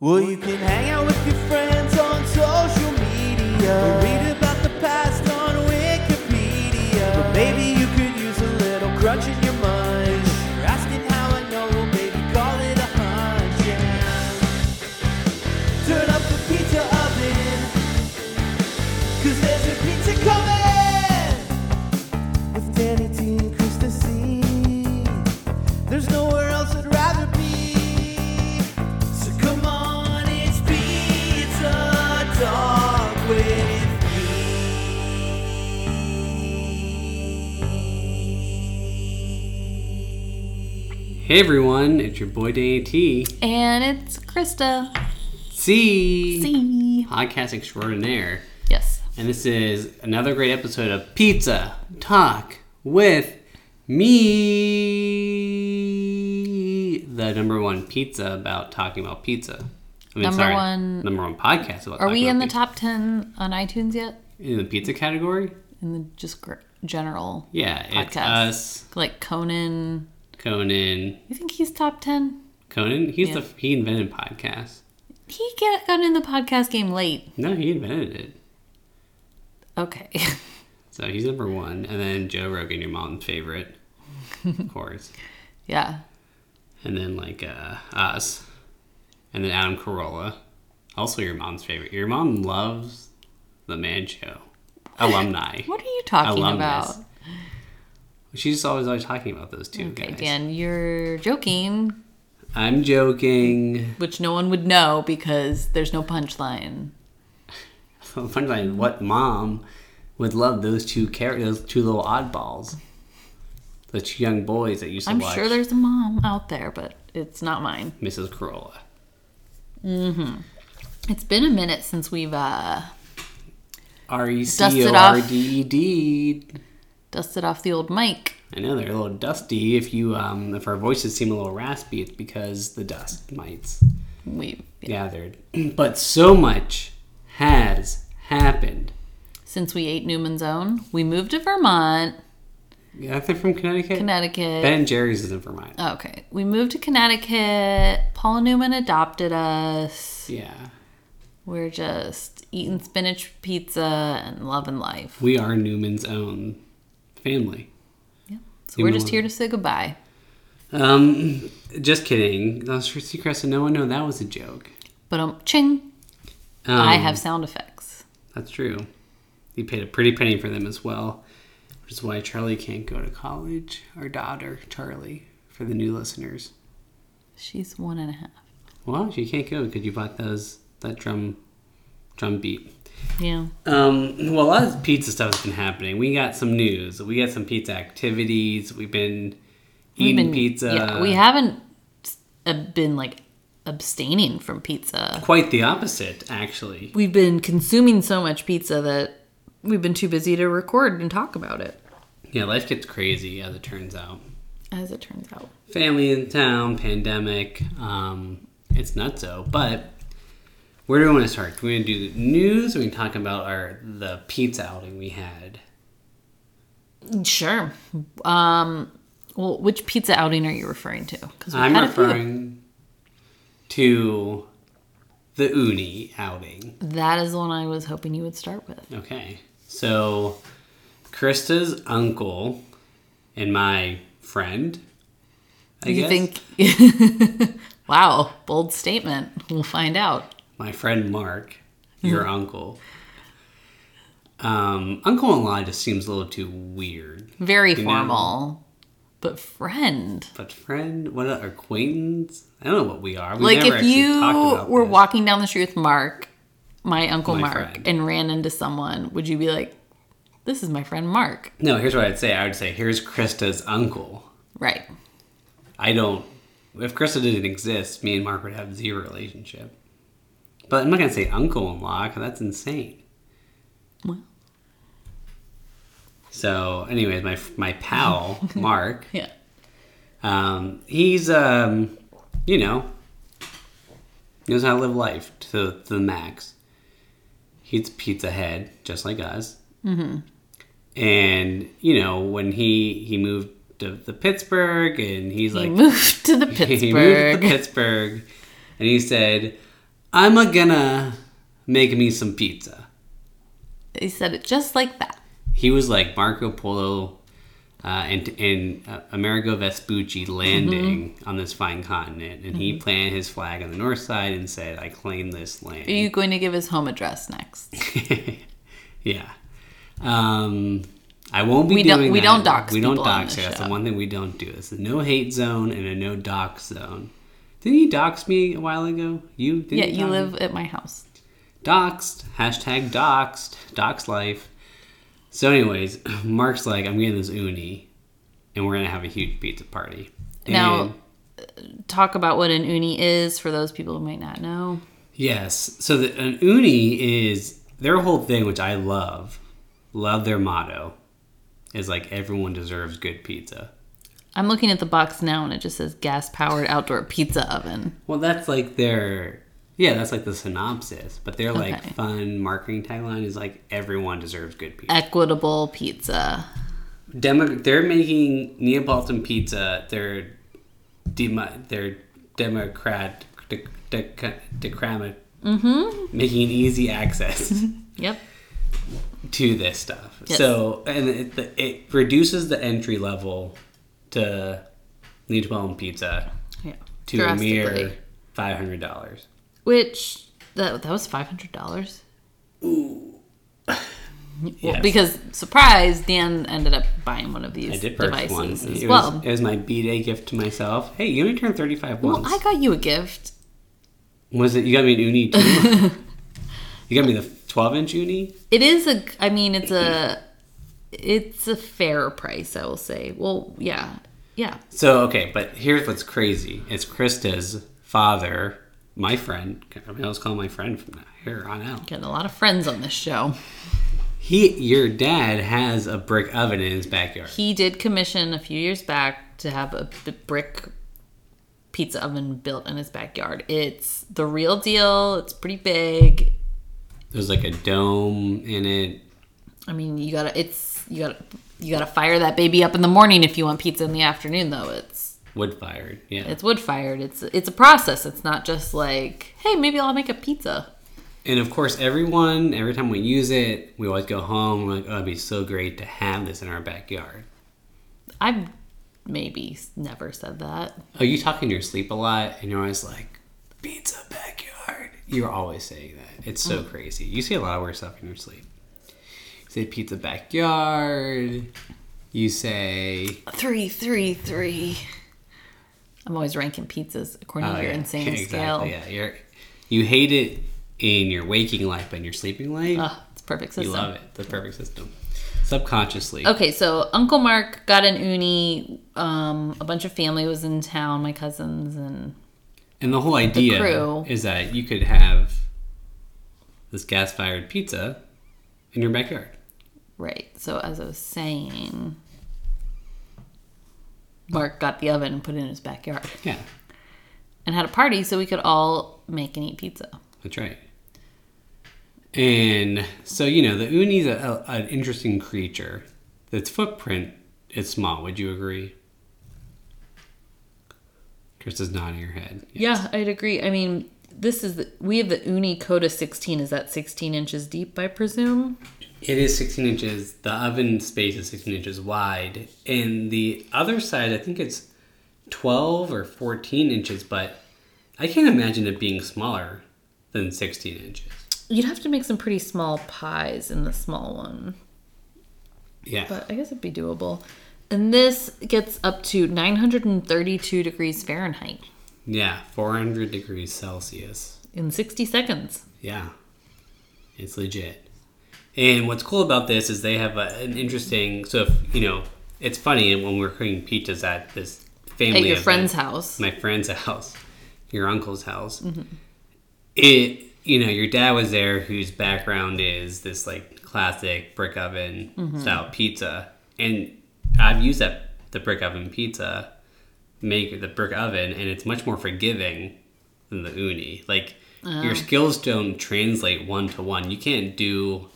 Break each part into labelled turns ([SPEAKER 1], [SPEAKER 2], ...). [SPEAKER 1] Well, you can hang out with your friends on social media. Or read about the past on Wikipedia. But maybe you could use a little crunch in your mind. You're asking how I know, well, baby, call it a hunch. Yeah. Turn up the pizza oven. Cause there's a pizza coming! With Danny D and Chris the There's nowhere else I'd rather be. So come on, it's pizza talk with
[SPEAKER 2] Hey everyone, it's your boy Danny T.
[SPEAKER 3] And it's Krista.
[SPEAKER 2] C.
[SPEAKER 3] See.
[SPEAKER 2] Podcast extraordinaire.
[SPEAKER 3] Yes.
[SPEAKER 2] And this is another great episode of Pizza Talk with me. The number one pizza about talking about pizza. I mean,
[SPEAKER 3] Number one-
[SPEAKER 2] Number one podcast about
[SPEAKER 3] Are
[SPEAKER 2] talking
[SPEAKER 3] we in
[SPEAKER 2] about
[SPEAKER 3] the
[SPEAKER 2] pizza.
[SPEAKER 3] top 10 on iTunes yet?
[SPEAKER 2] In the pizza category?
[SPEAKER 3] In the just gr- general,
[SPEAKER 2] Yeah. It's
[SPEAKER 3] Podcast.
[SPEAKER 2] us,
[SPEAKER 3] like Conan.
[SPEAKER 2] Conan.
[SPEAKER 3] You think he's top 10?
[SPEAKER 2] Conan? He's
[SPEAKER 3] Yeah.
[SPEAKER 2] the he invented podcasts.
[SPEAKER 3] He get, got in the podcast game late.
[SPEAKER 2] No, he invented it.
[SPEAKER 3] Okay.
[SPEAKER 2] So he's number one, and then Joe Rogan, your mom's favorite, of course,
[SPEAKER 3] yeah.
[SPEAKER 2] and then like uh, us, and then Adam Carolla, also your mom's favorite. Your mom loves the Man Show alumni.
[SPEAKER 3] What are you talking
[SPEAKER 2] Alumnus.
[SPEAKER 3] about?
[SPEAKER 2] She's just always always talking about those two
[SPEAKER 3] Okay,
[SPEAKER 2] guys.
[SPEAKER 3] Dan, you're joking,
[SPEAKER 2] I'm joking.
[SPEAKER 3] which no one would know because there's no punchline.
[SPEAKER 2] Punchline: What mom would love those two char- those two little oddballs, the two young boys that used to
[SPEAKER 3] I'm
[SPEAKER 2] watch
[SPEAKER 3] sure there's a mom out there, but it's not mine.
[SPEAKER 2] Mrs. Carolla.
[SPEAKER 3] It's been a minute since we've uh,
[SPEAKER 2] R e c
[SPEAKER 3] Dusted
[SPEAKER 2] o
[SPEAKER 3] off.
[SPEAKER 2] r d e d.
[SPEAKER 3] dusted off the old mic.
[SPEAKER 2] I know they're a little dusty. If you um, if our voices seem a little raspy, it's because the dust mites
[SPEAKER 3] We've
[SPEAKER 2] gathered. But so much has happened.
[SPEAKER 3] since we ate Newman's Own. We moved to Vermont,
[SPEAKER 2] Yeah, they're from Connecticut.
[SPEAKER 3] Connecticut. Oh,
[SPEAKER 2] Ben and Jerry's is in Vermont.
[SPEAKER 3] okay. We moved to Connecticut. Paula Newman adopted us.
[SPEAKER 2] Yeah,
[SPEAKER 3] We're just eating spinach pizza and loving life.
[SPEAKER 2] we are Newman's own family.
[SPEAKER 3] Yeah. So
[SPEAKER 2] You
[SPEAKER 3] we're
[SPEAKER 2] know
[SPEAKER 3] just
[SPEAKER 2] what?
[SPEAKER 3] here to say goodbye.
[SPEAKER 2] Um, just kidding. Those Christy Crescent. No one know that was a joke.
[SPEAKER 3] But um ching.
[SPEAKER 2] Um,
[SPEAKER 3] I have sound effects.
[SPEAKER 2] That's true. You paid a pretty penny for them as well, which is why Charlie can't go to college. Our daughter, Charlie, for the new listeners.
[SPEAKER 3] She's one and a half.
[SPEAKER 2] Well, you can't go because you bought those that drum drum beat.
[SPEAKER 3] Yeah.
[SPEAKER 2] Um, well, a lot of pizza stuff has been happening. We got some news. We got some pizza activities. We've been eating
[SPEAKER 3] We've been-
[SPEAKER 2] pizza.
[SPEAKER 3] Yeah, we haven't uh, been like abstaining from pizza.
[SPEAKER 2] quite the opposite, actually.
[SPEAKER 3] We've been consuming so much pizza that we've been too busy to record and talk about it.
[SPEAKER 2] Yeah, life gets crazy as it turns out.
[SPEAKER 3] as it turns out.
[SPEAKER 2] Family in town, pandemic. Um, it's nutso, but where do we want to start? Do we want to do news? Or we can talk about our the pizza outing we had.
[SPEAKER 3] Sure. Um, well, which pizza outing are you referring to? Because
[SPEAKER 2] I'm referring to the uni outing.
[SPEAKER 3] That is the one I was hoping you would start with.
[SPEAKER 2] Okay. So Krista's uncle and my friend. I
[SPEAKER 3] you
[SPEAKER 2] guess.
[SPEAKER 3] think? wow, bold statement. We'll find out.
[SPEAKER 2] my friend Mark,
[SPEAKER 3] Hmm.
[SPEAKER 2] your uncle. Um, uncle in law just seems a little too weird.
[SPEAKER 3] Very
[SPEAKER 2] You know.
[SPEAKER 3] formal, but friend.
[SPEAKER 2] But friend, what a- acquaintance? I don't know what we are. We
[SPEAKER 3] Like
[SPEAKER 2] never
[SPEAKER 3] if
[SPEAKER 2] actually
[SPEAKER 3] you
[SPEAKER 2] talked about
[SPEAKER 3] were
[SPEAKER 2] this.
[SPEAKER 3] walking down the street with Mark, my uncle
[SPEAKER 2] My
[SPEAKER 3] Mark,
[SPEAKER 2] friend.
[SPEAKER 3] and ran into someone, would you be like, "This is my friend Mark"?
[SPEAKER 2] No, here's what I'd say. I would say here's Krista's uncle.
[SPEAKER 3] Right.
[SPEAKER 2] I don't. If Krista didn't exist, me and Mark would have zero relationship. But I'm not gonna say uncle-in-law because that's insane.
[SPEAKER 3] Well,
[SPEAKER 2] So, anyways, my my pal Mark,
[SPEAKER 3] yeah.
[SPEAKER 2] um, he's um, you know, knows how to live life to, to the max. He's pizza head, just like us. Mm-hmm. And you know, when he he moved to, to Pittsburgh, and he's
[SPEAKER 3] He
[SPEAKER 2] like
[SPEAKER 3] moved to the
[SPEAKER 2] he
[SPEAKER 3] Pittsburgh.
[SPEAKER 2] moved to Pittsburgh, and he said, I'm a gonna make me some pizza.
[SPEAKER 3] He said it just like that.
[SPEAKER 2] He was like Marco Polo uh, and, and uh, Amerigo Vespucci landing
[SPEAKER 3] Mm-hmm.
[SPEAKER 2] on this fine continent. And he planted his flag on the north side and said, I claim this land.
[SPEAKER 3] Are you going to give his home address next?
[SPEAKER 2] yeah. Um, I won't be
[SPEAKER 3] We don't-
[SPEAKER 2] doing.
[SPEAKER 3] we
[SPEAKER 2] that.
[SPEAKER 3] don't dox
[SPEAKER 2] We don't
[SPEAKER 3] people on
[SPEAKER 2] dox.
[SPEAKER 3] this
[SPEAKER 2] yeah, That's the
[SPEAKER 3] show.
[SPEAKER 2] one thing we don't do. It's a no hate zone and a no dox zone. Didn't you dox me a while ago? You didn't
[SPEAKER 3] Yeah, you
[SPEAKER 2] dox me?
[SPEAKER 3] live at my house.
[SPEAKER 2] doxed. Hashtag doxed. Dox life. So, anyways, Mark's like, I'm getting this uni, and we're gonna have a huge pizza party.
[SPEAKER 3] Now-
[SPEAKER 2] And-
[SPEAKER 3] Talk about what an uni is for those people who might not know.
[SPEAKER 2] Yes. So the, an uni is their whole thing, which I love. Love their motto is like everyone deserves good pizza.
[SPEAKER 3] I'm looking at the box now and it just says gas powered outdoor pizza oven.
[SPEAKER 2] Well, that's like their yeah, that's like the synopsis. But their like
[SPEAKER 3] Okay.
[SPEAKER 2] fun marketing tagline is like everyone deserves good pizza.
[SPEAKER 3] Equitable pizza.
[SPEAKER 2] Demo- they're making Neapolitan pizza. They're demo- they're Democrat de- de- decram-
[SPEAKER 3] Mm-hmm.
[SPEAKER 2] making an easy access.
[SPEAKER 3] Yep.
[SPEAKER 2] to this stuff.
[SPEAKER 3] Yes.
[SPEAKER 2] So, and it, it reduces the entry level to Neapolitan pizza
[SPEAKER 3] Yeah.
[SPEAKER 2] to a mere
[SPEAKER 3] Drastically.
[SPEAKER 2] five hundred dollars.
[SPEAKER 3] Which that that was five hundred dollars. Ooh.
[SPEAKER 2] Yes.
[SPEAKER 3] Because surprise, Dan ended up buying one of these
[SPEAKER 2] I did purchase
[SPEAKER 3] devices
[SPEAKER 2] one. It
[SPEAKER 3] as
[SPEAKER 2] was,
[SPEAKER 3] well.
[SPEAKER 2] it was my b day gift to myself. Hey, you only turned thirty five
[SPEAKER 3] well,
[SPEAKER 2] once.
[SPEAKER 3] I got you a gift.
[SPEAKER 2] Was it you got me an uni too? you got me the twelve inch uni.
[SPEAKER 3] It is a. I mean, it's a. It's a fair price, I will say. Well, yeah, yeah.
[SPEAKER 2] So okay, but here's what's crazy: it's Krista's father, my friend. I mean, I was calling my friend from here on out.
[SPEAKER 3] Getting a lot of friends on this show.
[SPEAKER 2] He, your dad, has a brick oven in his backyard.
[SPEAKER 3] He did commission a few years back to have a b- brick pizza oven built in his backyard. It's the real deal. It's pretty big.
[SPEAKER 2] There's like a dome in it.
[SPEAKER 3] I mean, you gotta. It's you gotta. You gotta fire that baby up in the morning if you want pizza in the afternoon. Though it's
[SPEAKER 2] Wood fired. Yeah.
[SPEAKER 3] it's wood fired. It's it's a process. It's not just like hey, maybe I'll make a pizza.
[SPEAKER 2] and of course, everyone, every time we use it, we always go home. We're like, oh, it'd be so great to have this in our backyard.
[SPEAKER 3] I've maybe never said that.
[SPEAKER 2] Oh, you talk in your sleep a lot, and you're always like, pizza backyard. You're always saying that. It's
[SPEAKER 3] Mm.
[SPEAKER 2] so crazy. You say a lot of weird stuff in your sleep. You say pizza backyard. You say,
[SPEAKER 3] Three, three, three. I'm always ranking pizzas according
[SPEAKER 2] oh,
[SPEAKER 3] to your
[SPEAKER 2] yeah,
[SPEAKER 3] insane
[SPEAKER 2] exactly,
[SPEAKER 3] scale.
[SPEAKER 2] Yeah, you're, you hate it in your waking life, but in your sleeping life,
[SPEAKER 3] Ugh, it's a perfect
[SPEAKER 2] You
[SPEAKER 3] system.
[SPEAKER 2] love it. The perfect system. Subconsciously.
[SPEAKER 3] Okay, so Uncle Mark got an uni. Um, a bunch of family was in town, my cousins, and
[SPEAKER 2] And the whole idea
[SPEAKER 3] crew.
[SPEAKER 2] is that you could have this gas fired pizza in your backyard.
[SPEAKER 3] right. So as I was saying, Mark got the oven and put it in his backyard
[SPEAKER 2] Yeah,
[SPEAKER 3] and had a party so we could all make and eat pizza.
[SPEAKER 2] that's right. And so, you know, the uni's a, a, an interesting creature. Its footprint is small. Would you agree? Krista's nodding her head.
[SPEAKER 3] Yeah, I'd agree. I mean, this is the, we have the uni coda 16. Is that 16 inches deep? I presume.
[SPEAKER 2] It is 16 inches. The oven space is 16 inches wide. And the other side, I think it's 12 or 14 inches, but I can't imagine it being smaller than 16 inches.
[SPEAKER 3] You'd have to make some pretty small pies in the small one,
[SPEAKER 2] Yeah.
[SPEAKER 3] but I guess it'd be doable. And this gets up to 932 degrees Fahrenheit
[SPEAKER 2] yeah, 400 degrees Celsius.
[SPEAKER 3] in 60 seconds.
[SPEAKER 2] Yeah. It's legit. And what's cool about this is they have a, an interesting. So, if, you know, it's funny when we're cooking pizzas at this family
[SPEAKER 3] At your
[SPEAKER 2] event.
[SPEAKER 3] friend's house.
[SPEAKER 2] my friend's house, your uncle's house. It, you know, your dad was there, whose background is this like classic brick oven style pizza, and I've used that the brick oven pizza make the brick oven, and it's much more forgiving than the uni. Like your skills don't translate one to one. You can't do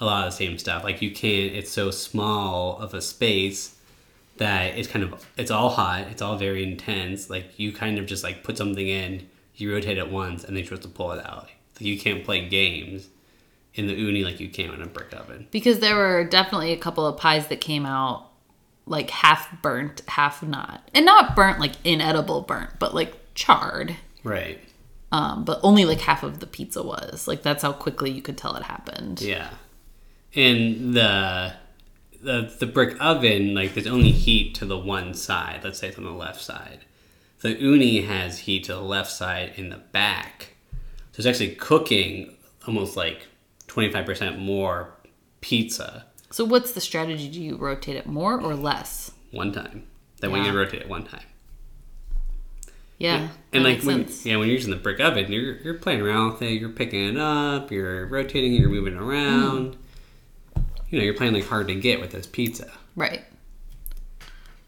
[SPEAKER 2] a lot of the same stuff. Like you can't. It's so small of a space that it's kind of it's all hot it's all very intense like you kind of just like put something in You rotate it once, and then you're supposed to pull it out. So you can't play games in the uni like you can in a brick oven.
[SPEAKER 3] Because there were definitely a couple of pies that came out like half burnt, half not. And not burnt like inedible burnt, but like charred.
[SPEAKER 2] Right.
[SPEAKER 3] Um, but only like half of the pizza was. Like that's how quickly you could tell it happened.
[SPEAKER 2] Yeah. And the the the brick oven, like there's only heat to the one side. Let's say it's on the left side. The uni has heat to the left side in the back. So it's actually cooking almost like 25% more pizza
[SPEAKER 3] So what's the strategy? Do you rotate it more or less?
[SPEAKER 2] one time than when you
[SPEAKER 3] Yeah.
[SPEAKER 2] rotate it one time.
[SPEAKER 3] Yeah.
[SPEAKER 2] and
[SPEAKER 3] that
[SPEAKER 2] like
[SPEAKER 3] makes
[SPEAKER 2] when
[SPEAKER 3] sense.
[SPEAKER 2] yeah, when you're using the brick oven, you're you're playing around with it, you're picking it up, you're rotating it, you're moving around. You know, you're playing like hard to get with this pizza.
[SPEAKER 3] Right.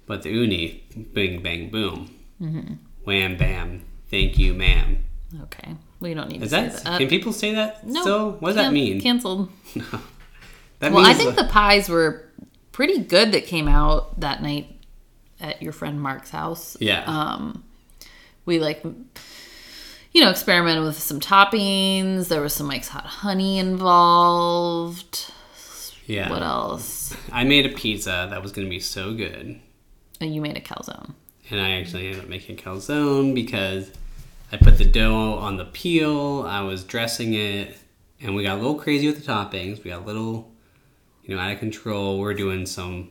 [SPEAKER 2] But the uni, bing bang boom,
[SPEAKER 3] Mm-hmm.
[SPEAKER 2] wham bam, thank you ma'am.
[SPEAKER 3] Okay. We don't need
[SPEAKER 2] Is
[SPEAKER 3] to say
[SPEAKER 2] that,
[SPEAKER 3] that. Uh,
[SPEAKER 2] can people say that?
[SPEAKER 3] no.
[SPEAKER 2] So what does that
[SPEAKER 3] can-
[SPEAKER 2] mean?
[SPEAKER 3] Canceled.
[SPEAKER 2] that
[SPEAKER 3] Well, I
[SPEAKER 2] means
[SPEAKER 3] think the pies were pretty good that came out that night at your friend Mark's house. Um,
[SPEAKER 2] yeah.
[SPEAKER 3] we like you know experimented with some toppings there was some mike's hot honey involved
[SPEAKER 2] yeah.
[SPEAKER 3] what else
[SPEAKER 2] I made a pizza that was gonna be so good.
[SPEAKER 3] oh, you made a calzone
[SPEAKER 2] and I actually ended up making calzone because I put the dough on the peel. I was dressing it, and we got a little crazy with the toppings. We got a little, you know, out of control. We're doing some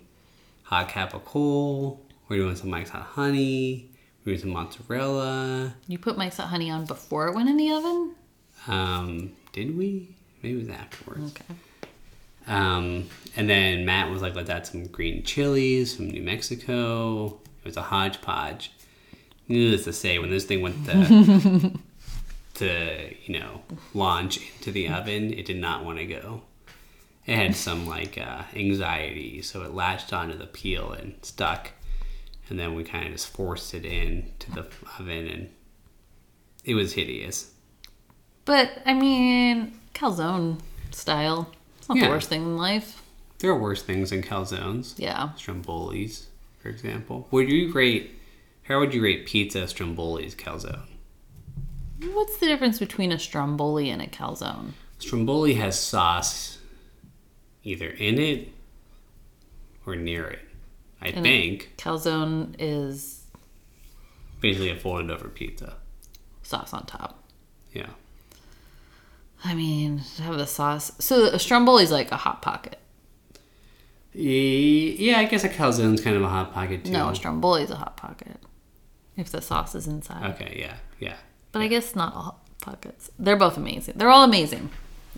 [SPEAKER 2] hot capicola. We're doing some Mike's hot honey. We're doing some mozzarella.
[SPEAKER 3] you put mike's hot honey on before it went in the oven
[SPEAKER 2] Um, did we? Maybe it was afterwards.
[SPEAKER 3] okay
[SPEAKER 2] Um, and then Matt was like, let's add some green chilies from New Mexico. It was a hodgepodge. Needless to say, when this thing went to, to you know, launch into the oven, it did not want to go. It had some like uh, anxiety, so it latched onto the peel and stuck. And then we kind of just forced it in to the oven, and it was hideous.
[SPEAKER 3] but i mean calzone style it's not
[SPEAKER 2] Yeah.
[SPEAKER 3] the worst thing in life
[SPEAKER 2] There are worse things than calzones.
[SPEAKER 3] yeah
[SPEAKER 2] Stromboli's, for example. Would you rate? How would you rate pizza Stromboli's calzone?
[SPEAKER 3] what's the difference between a stromboli and a calzone
[SPEAKER 2] Stromboli has sauce either in it or near it. I
[SPEAKER 3] it.
[SPEAKER 2] think
[SPEAKER 3] calzone is
[SPEAKER 2] basically a folded over pizza.
[SPEAKER 3] sauce on top
[SPEAKER 2] Yeah,
[SPEAKER 3] i mean have the sauce so a stromboli's like a hot pocket
[SPEAKER 2] E- yeah. I guess a calzone's kind of a hot pocket too.
[SPEAKER 3] No, Stromboli's a hot pocket. If the sauce is inside.
[SPEAKER 2] okay, yeah, yeah.
[SPEAKER 3] But I guess not all hot pockets. They're both amazing. They're all amazing.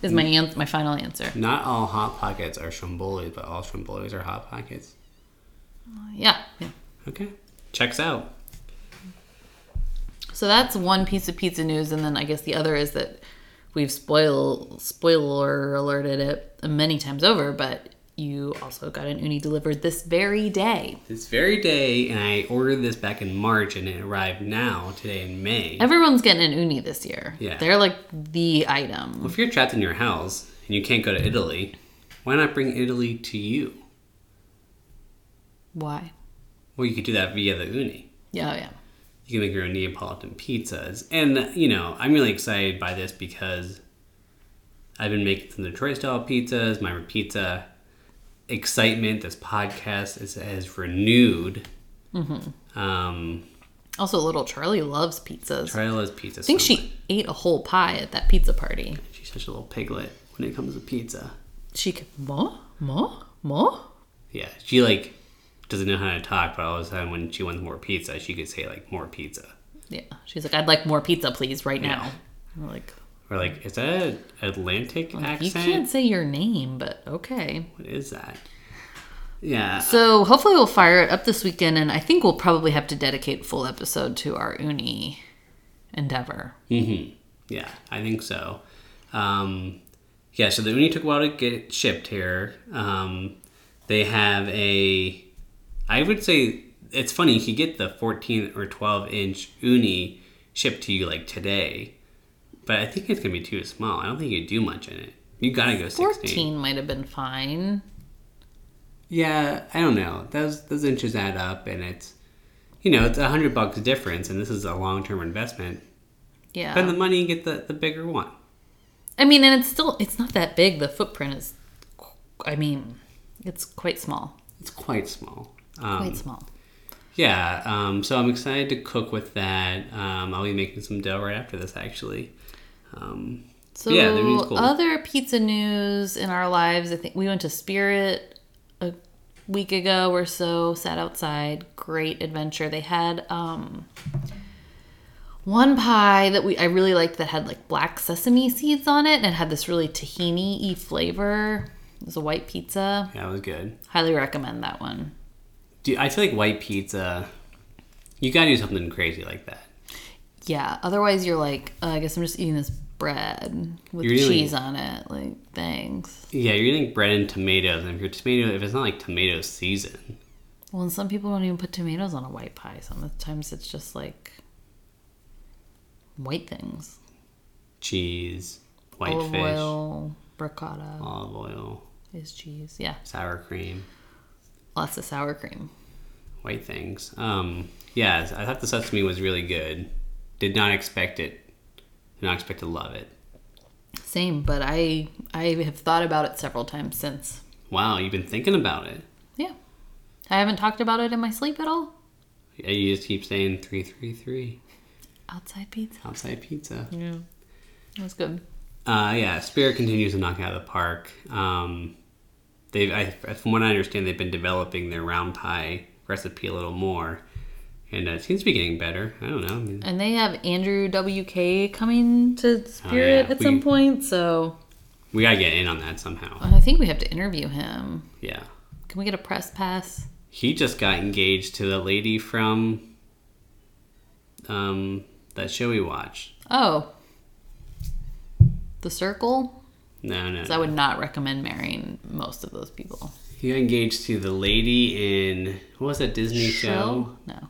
[SPEAKER 3] Is my
[SPEAKER 2] Mm.
[SPEAKER 3] an- my final answer.
[SPEAKER 2] Not all hot pockets are Stromboli, but all Strombolis are hot pockets.
[SPEAKER 3] Yeah. yeah.
[SPEAKER 2] Okay, checks out.
[SPEAKER 3] So that's one piece of pizza news and then I guess the other is that we've spoil spoiler alerted it many times over, but you also got an uni delivered this very day.
[SPEAKER 2] This very day, and I ordered this back in March, and it arrived now today in May.
[SPEAKER 3] Everyone's getting an uni this year.
[SPEAKER 2] Yeah.
[SPEAKER 3] They're like the item.
[SPEAKER 2] If you're trapped in your house and you can't go to Italy, why not bring Italy to you?
[SPEAKER 3] Why?
[SPEAKER 2] Well, you could do that via the uni.
[SPEAKER 3] Yeah, yeah.
[SPEAKER 2] You can make your own Neapolitan pizzas. And, you know, I'm really excited by this because I've been making some Detroit style pizzas. My pizza excitement, this podcast is, has renewed. Mm-hmm. Um,
[SPEAKER 3] Also, little Charlie loves pizzas.
[SPEAKER 2] Charlie loves pizza.
[SPEAKER 3] I think she ate a whole pie at that pizza party.
[SPEAKER 2] She's such a little piglet when it comes to pizza.
[SPEAKER 3] She could, ma, ma, ma.
[SPEAKER 2] Yeah, she like doesn't know how to talk, but all of a sudden when she wants more pizza, she could say like more pizza.
[SPEAKER 3] Yeah, she's like, I'd like more pizza, please, right now.
[SPEAKER 2] Yeah.
[SPEAKER 3] I'm like,
[SPEAKER 2] Or like, is that an Atlantic
[SPEAKER 3] you
[SPEAKER 2] accent?
[SPEAKER 3] can't say your name, but okay.
[SPEAKER 2] What is that? Yeah.
[SPEAKER 3] So hopefully we'll fire it up this weekend, and I think we'll probably have to dedicate a full episode to our uni endeavor.
[SPEAKER 2] Mm-hmm. Yeah, I think so. Um, yeah, so the uni took a while to get it shipped here. Um, they have a, I would say it's funny. You could get the 14 or 12 inch uni shipped to you like today, but I think it's gonna be too small. I don't think you could do much in it. You gotta go 16.
[SPEAKER 3] Fourteen might have been fine.
[SPEAKER 2] Yeah, I don't know. Those those inches add up, and it's you know it's a hundred bucks difference, and this is a long term investment.
[SPEAKER 3] Yeah.
[SPEAKER 2] Spend the money and get the, the bigger one.
[SPEAKER 3] I mean, and it's still it's not that big. The footprint is, qu- I mean, it's quite small.
[SPEAKER 2] It's quite small. Um,
[SPEAKER 3] Quite small.
[SPEAKER 2] Yeah, um, so I'm excited to cook with that. Um, I'll be making some dough right after this, actually. Um,
[SPEAKER 3] So
[SPEAKER 2] yeah, their meat's cool.
[SPEAKER 3] other pizza news in our lives. I think we went to Spirit a week ago or so. Sat outside, great adventure. They had um, one pie that we I really liked that had like black sesame seeds on it and it had this really tahini y flavor. It was a white pizza.
[SPEAKER 2] yeah, it was good.
[SPEAKER 3] Highly recommend that one.
[SPEAKER 2] Do, I feel like white pizza, you gotta do something crazy like that.
[SPEAKER 3] Yeah. Otherwise, you're like, uh, I guess I'm just eating this bread with
[SPEAKER 2] You're really-
[SPEAKER 3] cheese on it. Like, thanks.
[SPEAKER 2] Yeah, you're eating bread and tomatoes, and if your tomato, if it's not like tomato season,
[SPEAKER 3] Well, and some people don't even put tomatoes on a white pie. Sometimes it's just like white things,
[SPEAKER 2] cheese, white
[SPEAKER 3] olive
[SPEAKER 2] fish,
[SPEAKER 3] oil, ricotta
[SPEAKER 2] olive oil,
[SPEAKER 3] is cheese. Yeah,
[SPEAKER 2] sour cream,
[SPEAKER 3] lots of sour cream.
[SPEAKER 2] white things. Um, yeah, I thought the sesame was really good. Did not expect it. Did not expect to love it.
[SPEAKER 3] Same, but I I have thought about it several times since.
[SPEAKER 2] Wow, you've been thinking about it.
[SPEAKER 3] Yeah, I haven't talked about it in my sleep at all.
[SPEAKER 2] Yeah, you just keep saying three three three
[SPEAKER 3] Outside pizza.
[SPEAKER 2] outside pizza.
[SPEAKER 3] Yeah, it was good.
[SPEAKER 2] Uh, yeah, Spirit continues to knock it out of the park. Um, they've, I, from what I understand, they've been developing their round pie recipe a little more, and uh, it seems to be getting better. I don't know. I mean,
[SPEAKER 3] And they have Andrew WK coming to Spirit at
[SPEAKER 2] Oh, We-
[SPEAKER 3] some point, so
[SPEAKER 2] we gotta get in on that somehow.
[SPEAKER 3] I think we have to interview him.
[SPEAKER 2] Yeah,
[SPEAKER 3] Can we get a press pass?
[SPEAKER 2] he just got engaged to the lady from um, that show we watched.
[SPEAKER 3] Oh. The Circle?
[SPEAKER 2] No, no,
[SPEAKER 3] 'Cause I would not recommend marrying most of those people.
[SPEAKER 2] he got engaged to the lady in what was that Disney show?
[SPEAKER 3] No.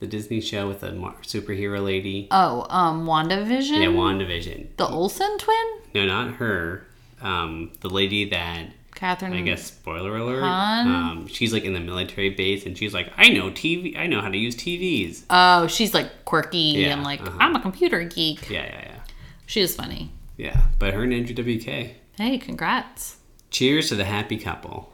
[SPEAKER 2] The Disney show with the mar- superhero lady.
[SPEAKER 3] Oh, um, WandaVision?
[SPEAKER 2] Yeah, WandaVision.
[SPEAKER 3] the Olsen twin?
[SPEAKER 2] No, not her. Um, the lady that
[SPEAKER 3] Catherine.
[SPEAKER 2] I guess spoiler alert.
[SPEAKER 3] Hun?
[SPEAKER 2] Um, she's like in the military base, and she's like, I know TV. I know how to use TVs.
[SPEAKER 3] Oh, she's like quirky
[SPEAKER 2] Yeah,
[SPEAKER 3] and like,
[SPEAKER 2] uh-huh.
[SPEAKER 3] I'm a computer geek.
[SPEAKER 2] Yeah, yeah, yeah,
[SPEAKER 3] She is funny.
[SPEAKER 2] yeah. But her and Andrew WK.
[SPEAKER 3] Hey, congrats.
[SPEAKER 2] Cheers to the happy couple.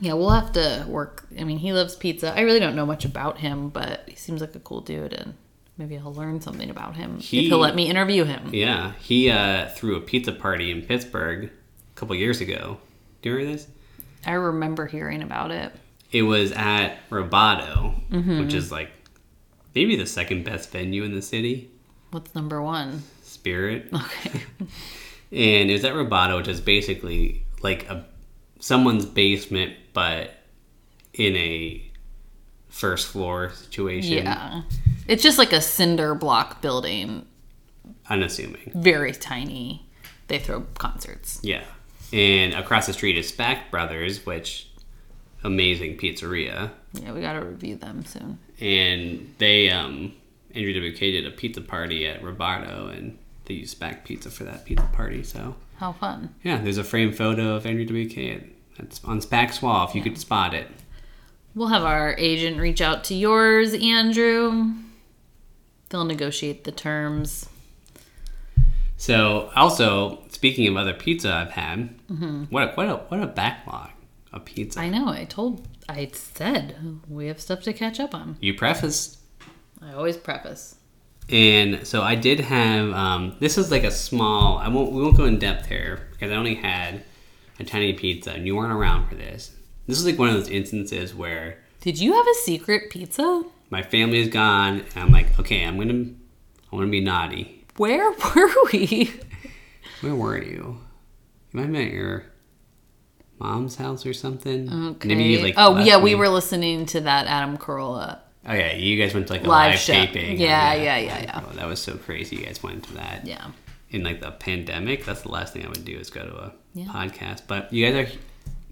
[SPEAKER 3] Yeah, we'll have to work. I mean, he loves pizza. I really don't know much about him, but he seems like a cool dude, and maybe I'll learn something about him
[SPEAKER 2] He-
[SPEAKER 3] if he'll let me interview him.
[SPEAKER 2] Yeah, he uh, threw a pizza party in Pittsburgh a couple years ago. Do you remember this?
[SPEAKER 3] I remember hearing about it.
[SPEAKER 2] It was at Roboto, which is like maybe the second best venue in the city.
[SPEAKER 3] What's number one?
[SPEAKER 2] Spirit.
[SPEAKER 3] Okay.
[SPEAKER 2] and it was at Roboto, which is basically like a someone's basement, but in a first floor situation.
[SPEAKER 3] Yeah. It's just like a cinder block building,
[SPEAKER 2] unassuming.
[SPEAKER 3] very tiny. They throw concerts.
[SPEAKER 2] Yeah, and across the street is Spack Brothers, which amazing pizzeria,
[SPEAKER 3] Yeah, we got to review them soon.
[SPEAKER 2] and they um Andrew WK did a pizza party at Roboto, and they used Spack Pizza for that pizza party. So
[SPEAKER 3] How ffun.
[SPEAKER 2] yeah, there's a framed photo of Andrew WK. At, that's on Spack's wall if you could spot it.
[SPEAKER 3] We'll have our agent reach out to yours, Andrew. They'll negotiate the terms.
[SPEAKER 2] So, also speaking of other pizza I've had, what a, what a what a backlog of pizza.
[SPEAKER 3] I know, I told, I said we have stuff to catch up on.
[SPEAKER 2] you prefaced,
[SPEAKER 3] I always preface.
[SPEAKER 2] and so I did have. Um, this is like a small. I won't we won't go in depth here because I only had a tiny pizza, and you weren't around for this. This is like one of those instances where
[SPEAKER 3] Did you have a secret pizza?
[SPEAKER 2] my family is gone, and I'm like, okay, I'm gonna I'm gonna be naughty.
[SPEAKER 3] Where were we?
[SPEAKER 2] Where were you? You might have been at your mom's house or something.
[SPEAKER 3] Okay.
[SPEAKER 2] Maybe you like.
[SPEAKER 3] oh,
[SPEAKER 2] left
[SPEAKER 3] yeah, we
[SPEAKER 2] me.
[SPEAKER 3] were listening to that Adam Carolla
[SPEAKER 2] Oh yeah, you guys went to like a
[SPEAKER 3] Live
[SPEAKER 2] live,
[SPEAKER 3] show.
[SPEAKER 2] taping.
[SPEAKER 3] Yeah,
[SPEAKER 2] Oh,
[SPEAKER 3] yeah, yeah, yeah.
[SPEAKER 2] Oh, that was so crazy. You guys went to that.
[SPEAKER 3] Yeah.
[SPEAKER 2] In like the pandemic, that's the last thing I would do is go to a
[SPEAKER 3] Yeah.
[SPEAKER 2] podcast. But you guys are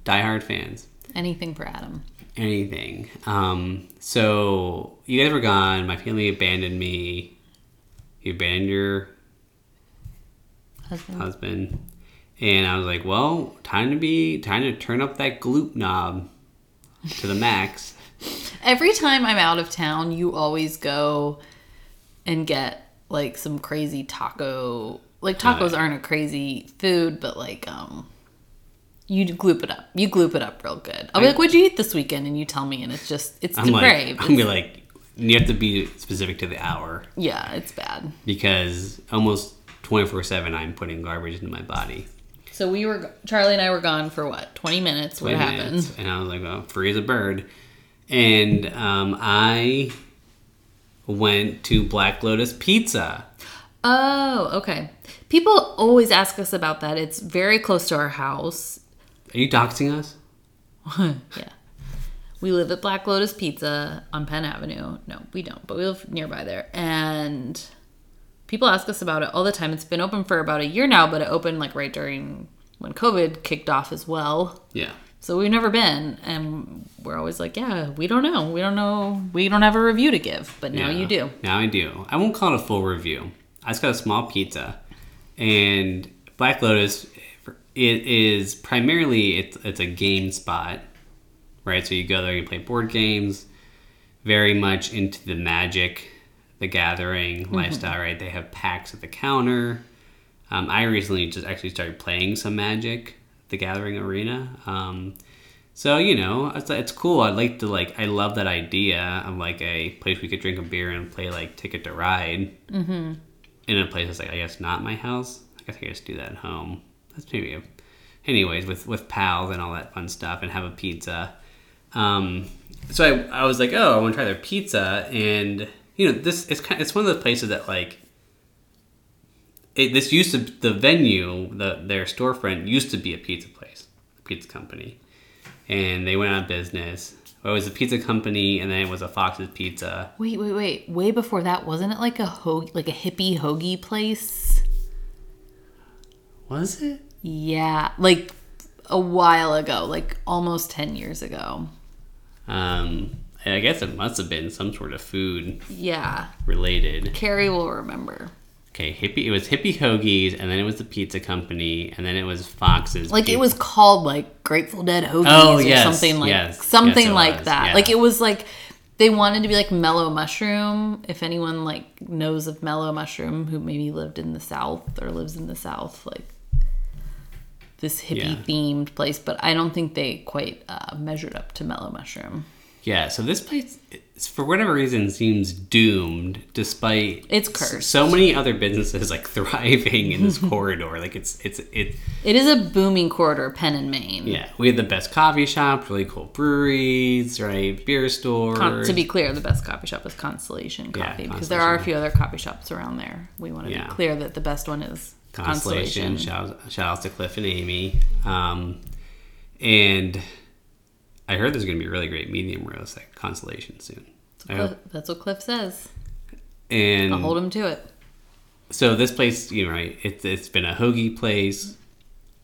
[SPEAKER 2] diehard fans.
[SPEAKER 3] Anything for Adam.
[SPEAKER 2] Anything. Um, so you guys were gone. My family abandoned me. You abandoned your
[SPEAKER 3] Husband.
[SPEAKER 2] husband, and I was like, well, time to be time to turn up that glute knob to the max.
[SPEAKER 3] Every time I'm out of town, you always go and get like some crazy taco. Like tacos aren't a crazy food, but like um, you gloop it up. You gloop it up real good. I'll be like, "What'd you eat this weekend?" And you tell me, and it's just it's
[SPEAKER 2] I'm
[SPEAKER 3] depraved.
[SPEAKER 2] like, I'm gonna like, you have to be specific to the hour
[SPEAKER 3] yeah, it's bad.
[SPEAKER 2] because almost 24 7 I'm putting garbage into my body.
[SPEAKER 3] So we were Charlie and I were gone for what twenty minutes. What
[SPEAKER 2] 20
[SPEAKER 3] happened?
[SPEAKER 2] minutes, And I was like, well, free as a bird. And um, I went to Black Lotus Pizza.
[SPEAKER 3] Oh, okay. People always ask us about that. It's very close to our house.
[SPEAKER 2] Are you doxing us?
[SPEAKER 3] Yeah. We live at Black Lotus Pizza on Penn Avenue. No, we don't, but we live nearby there. And people ask us about it all the time. It's been open for about a year now, but it opened like right during when COVID kicked off as well.
[SPEAKER 2] Yeah.
[SPEAKER 3] So we've never been. And we're always like, yeah, we don't know. We don't know. We don't have a review to give, but now
[SPEAKER 2] Yeah.
[SPEAKER 3] you do.
[SPEAKER 2] Now I do. I won't call it a full review. I just got a small pizza, and Black Lotus. It is primarily it's it's a game spot, right? So you go there, you play board games, very much into the Magic, the Gathering
[SPEAKER 3] Mm-hmm.
[SPEAKER 2] lifestyle, right? They have packs at the counter. Um, I recently just actually started playing some Magic, the Gathering arena. Um, so you know, it's, it's cool. I like to like. I love that idea of like a place we could drink a beer and play like Ticket to Ride. Mm-hmm. In a place that's like I guess not my house. I guess I could just do that at home. That's maybe. A, anyways, with with pals and all that fun stuff, and have a pizza. Um, so I, I was like, oh, I want to try their pizza, and you know, this it's kind it's one of those places that like. It, this used to the venue, the their storefront used to be a pizza place, pizza company and they went out of business. Well, it was a pizza company, and then it was a Fox's Pizza.
[SPEAKER 3] Wait, wait, wait. Way before that, wasn't it like a ho- like a hippie hoagie place?
[SPEAKER 2] Was it?
[SPEAKER 3] Yeah, like a while ago, like almost 10 years ago.
[SPEAKER 2] Um, I guess it must have been some sort of food
[SPEAKER 3] Yeah.
[SPEAKER 2] related.
[SPEAKER 3] Carrie will remember.
[SPEAKER 2] Okay, hippie. It was hippie hoagies, and then it was the pizza company, and then it was Fox's.
[SPEAKER 3] Like it
[SPEAKER 2] Pizza.
[SPEAKER 3] was called like Grateful Dead Hoagies
[SPEAKER 2] Oh,
[SPEAKER 3] or
[SPEAKER 2] yes,
[SPEAKER 3] something like
[SPEAKER 2] yes,
[SPEAKER 3] something
[SPEAKER 2] yes, it
[SPEAKER 3] like
[SPEAKER 2] was,
[SPEAKER 3] that.
[SPEAKER 2] yeah.
[SPEAKER 3] Like it was like they wanted to be like Mellow Mushroom. If anyone like knows of Mellow Mushroom who maybe lived in the South or lives in the South, like this
[SPEAKER 2] Yeah.
[SPEAKER 3] hippie themed place, but I don't think they quite uh, measured up to Mellow Mushroom.
[SPEAKER 2] Yeah. So this place, it's, for whatever reason, seems doomed, despite
[SPEAKER 3] It's
[SPEAKER 2] s-
[SPEAKER 3] cursed.
[SPEAKER 2] So many other businesses like thriving in this corridor. Like it's it's it's
[SPEAKER 3] It is a booming corridor, Penn and Maine.
[SPEAKER 2] yeah. We had the best coffee shops, really cool breweries, right? Beer stores.
[SPEAKER 3] Con- to be clear, the best coffee shop is Constellation Coffee
[SPEAKER 2] Yeah,
[SPEAKER 3] because there are a
[SPEAKER 2] Constellation.
[SPEAKER 3] few other coffee shops around there. We want to
[SPEAKER 2] Yeah.
[SPEAKER 3] be clear that the best one is Constellation.
[SPEAKER 2] Constellation. Shout, shout outs to Cliff and Amy. Um, and I heard there's going to be a really great medium roast at Constellation soon. I
[SPEAKER 3] Cliff,
[SPEAKER 2] hope-
[SPEAKER 3] that's what Cliff says.
[SPEAKER 2] and
[SPEAKER 3] I'll hold him to it.
[SPEAKER 2] so this place, you know, right, it's it's been a hoagie place,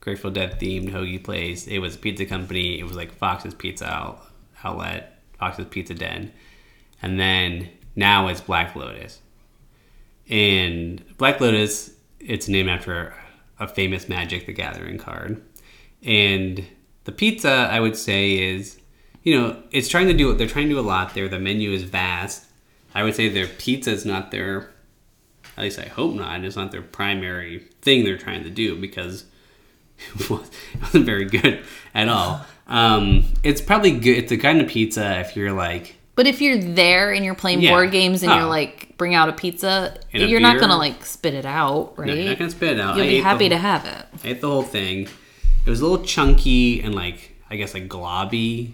[SPEAKER 2] Grateful Dead themed hoagie place. It was a pizza company. It was like Fox's Pizza Out- Outlet, Fox's Pizza Den, and then now it's Black Lotus. And Black Lotus, it's named after a famous Magic the Gathering card. And the pizza, I would say, is, you know, it's trying to do, they're trying to do a lot there. The menu is vast. I would say their pizza is not their, at least I hope not, it's not their primary thing they're trying to do because it was- it wasn't very good at all. Um, it's probably good. It's the kind of pizza if you're like,
[SPEAKER 3] But if you're there and you're playing
[SPEAKER 2] Yeah.
[SPEAKER 3] board games and you're
[SPEAKER 2] Oh.
[SPEAKER 3] like, bring out a pizza,
[SPEAKER 2] And a
[SPEAKER 3] you're not
[SPEAKER 2] beer.
[SPEAKER 3] gonna like spit it out, right?
[SPEAKER 2] no, you're not going to spit it out.
[SPEAKER 3] You'll
[SPEAKER 2] I
[SPEAKER 3] be
[SPEAKER 2] ate the
[SPEAKER 3] happy
[SPEAKER 2] whole-
[SPEAKER 3] to have it.
[SPEAKER 2] I ate the whole thing. It was a little chunky and like I guess like globby.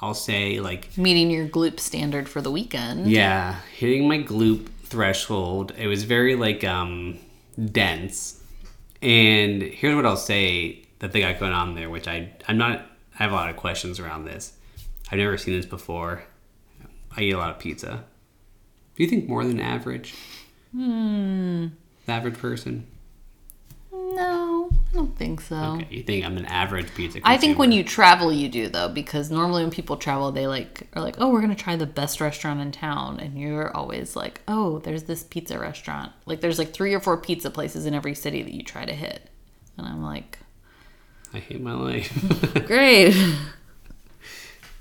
[SPEAKER 2] I'll say like
[SPEAKER 3] Meeting your gloop standard for the weekend.
[SPEAKER 2] yeah, hitting my gloop threshold. It was very like um dense. And here's what I'll say that they got going on there, which I I'm not I have a lot of questions around this. I've never seen this before. I eat a lot of pizza. Do you think more than average? Hmm. Average person.
[SPEAKER 3] No, I don't think so.
[SPEAKER 2] Okay, you think I'm an average pizza?
[SPEAKER 3] I think when
[SPEAKER 2] consumer.
[SPEAKER 3] you travel, you do though, because normally when people travel, they like are like, oh, we're gonna try the best restaurant in town, and you're always like, oh, there's this pizza restaurant. Like there's like three or four pizza places in every city that you try to hit, and I'm like,
[SPEAKER 2] I hate my life.
[SPEAKER 3] great.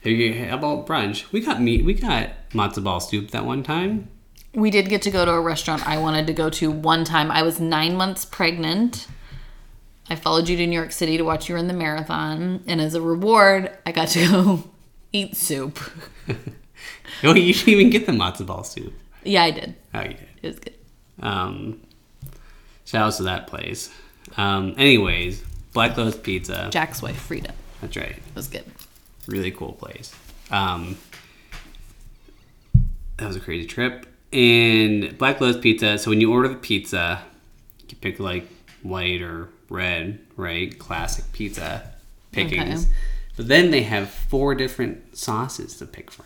[SPEAKER 2] Hey, How about brunch? We got meat. We got matzo ball soup that one time.
[SPEAKER 3] we did get to go to a restaurant I wanted to go to one time. I was nine months pregnant. I followed you to New York City to watch you run the marathon, and as a reward, I got to go eat soup.
[SPEAKER 2] Oh, you didn't even get the matzo ball soup.
[SPEAKER 3] Yeah, I did.
[SPEAKER 2] Oh, you did.
[SPEAKER 3] It was good.
[SPEAKER 2] Um, shout out to that place. Um, anyways, Black Lotus Pizza.
[SPEAKER 3] Jack's wife, Frida.
[SPEAKER 2] That's right.
[SPEAKER 3] It was good.
[SPEAKER 2] Really cool place. Um, that was a crazy trip. And Black Lotus Pizza. So when you order the pizza, you pick like white or red, right? Classic pizza pickings.
[SPEAKER 3] Okay.
[SPEAKER 2] But then they have four different sauces to pick from,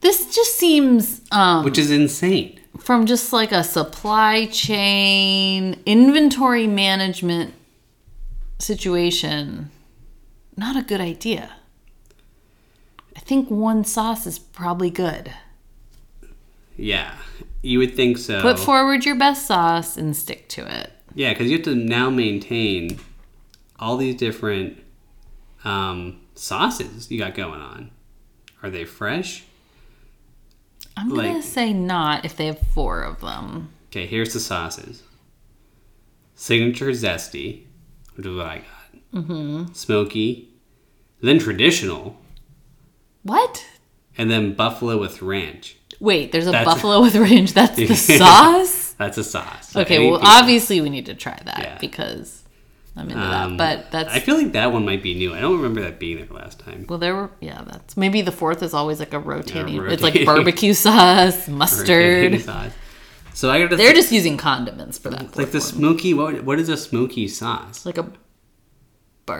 [SPEAKER 3] This just seems um,
[SPEAKER 2] which is insane.
[SPEAKER 3] from just like a supply chain inventory management situation not a good idea i think one sauce is probably good
[SPEAKER 2] Yeah, you would think so.
[SPEAKER 3] put forward your best sauce and stick to it
[SPEAKER 2] Yeah, because you have to now maintain all these different um, sauces you got going on. Are they fresh?
[SPEAKER 3] i'm gonna
[SPEAKER 2] Like-
[SPEAKER 3] say not if they have four of them
[SPEAKER 2] Okay, here's the sauces Signature Zesty, which is what I got, mm-hmm. Smoky, then Traditional,
[SPEAKER 3] what
[SPEAKER 2] and then Buffalo with Ranch.
[SPEAKER 3] wait there's a
[SPEAKER 2] That's-
[SPEAKER 3] buffalo with range that's the sauce
[SPEAKER 2] That's a sauce.
[SPEAKER 3] okay
[SPEAKER 2] Any
[SPEAKER 3] well
[SPEAKER 2] pizza.
[SPEAKER 3] obviously we need to try that
[SPEAKER 2] Yeah.
[SPEAKER 3] because i'm into that
[SPEAKER 2] Um,
[SPEAKER 3] but that's
[SPEAKER 2] I feel like that one might be new. I don't remember that being there last time.
[SPEAKER 3] Well, there were yeah. That's maybe the fourth is always like a rotating.
[SPEAKER 2] Yeah,
[SPEAKER 3] It's like
[SPEAKER 2] rotating.
[SPEAKER 3] barbecue sauce,
[SPEAKER 2] Rotating
[SPEAKER 3] mustard.
[SPEAKER 2] sauce. So I got to
[SPEAKER 3] They're just using condiments for that.
[SPEAKER 2] like
[SPEAKER 3] Like
[SPEAKER 2] the smoky. What, what is a smoky sauce?
[SPEAKER 3] like a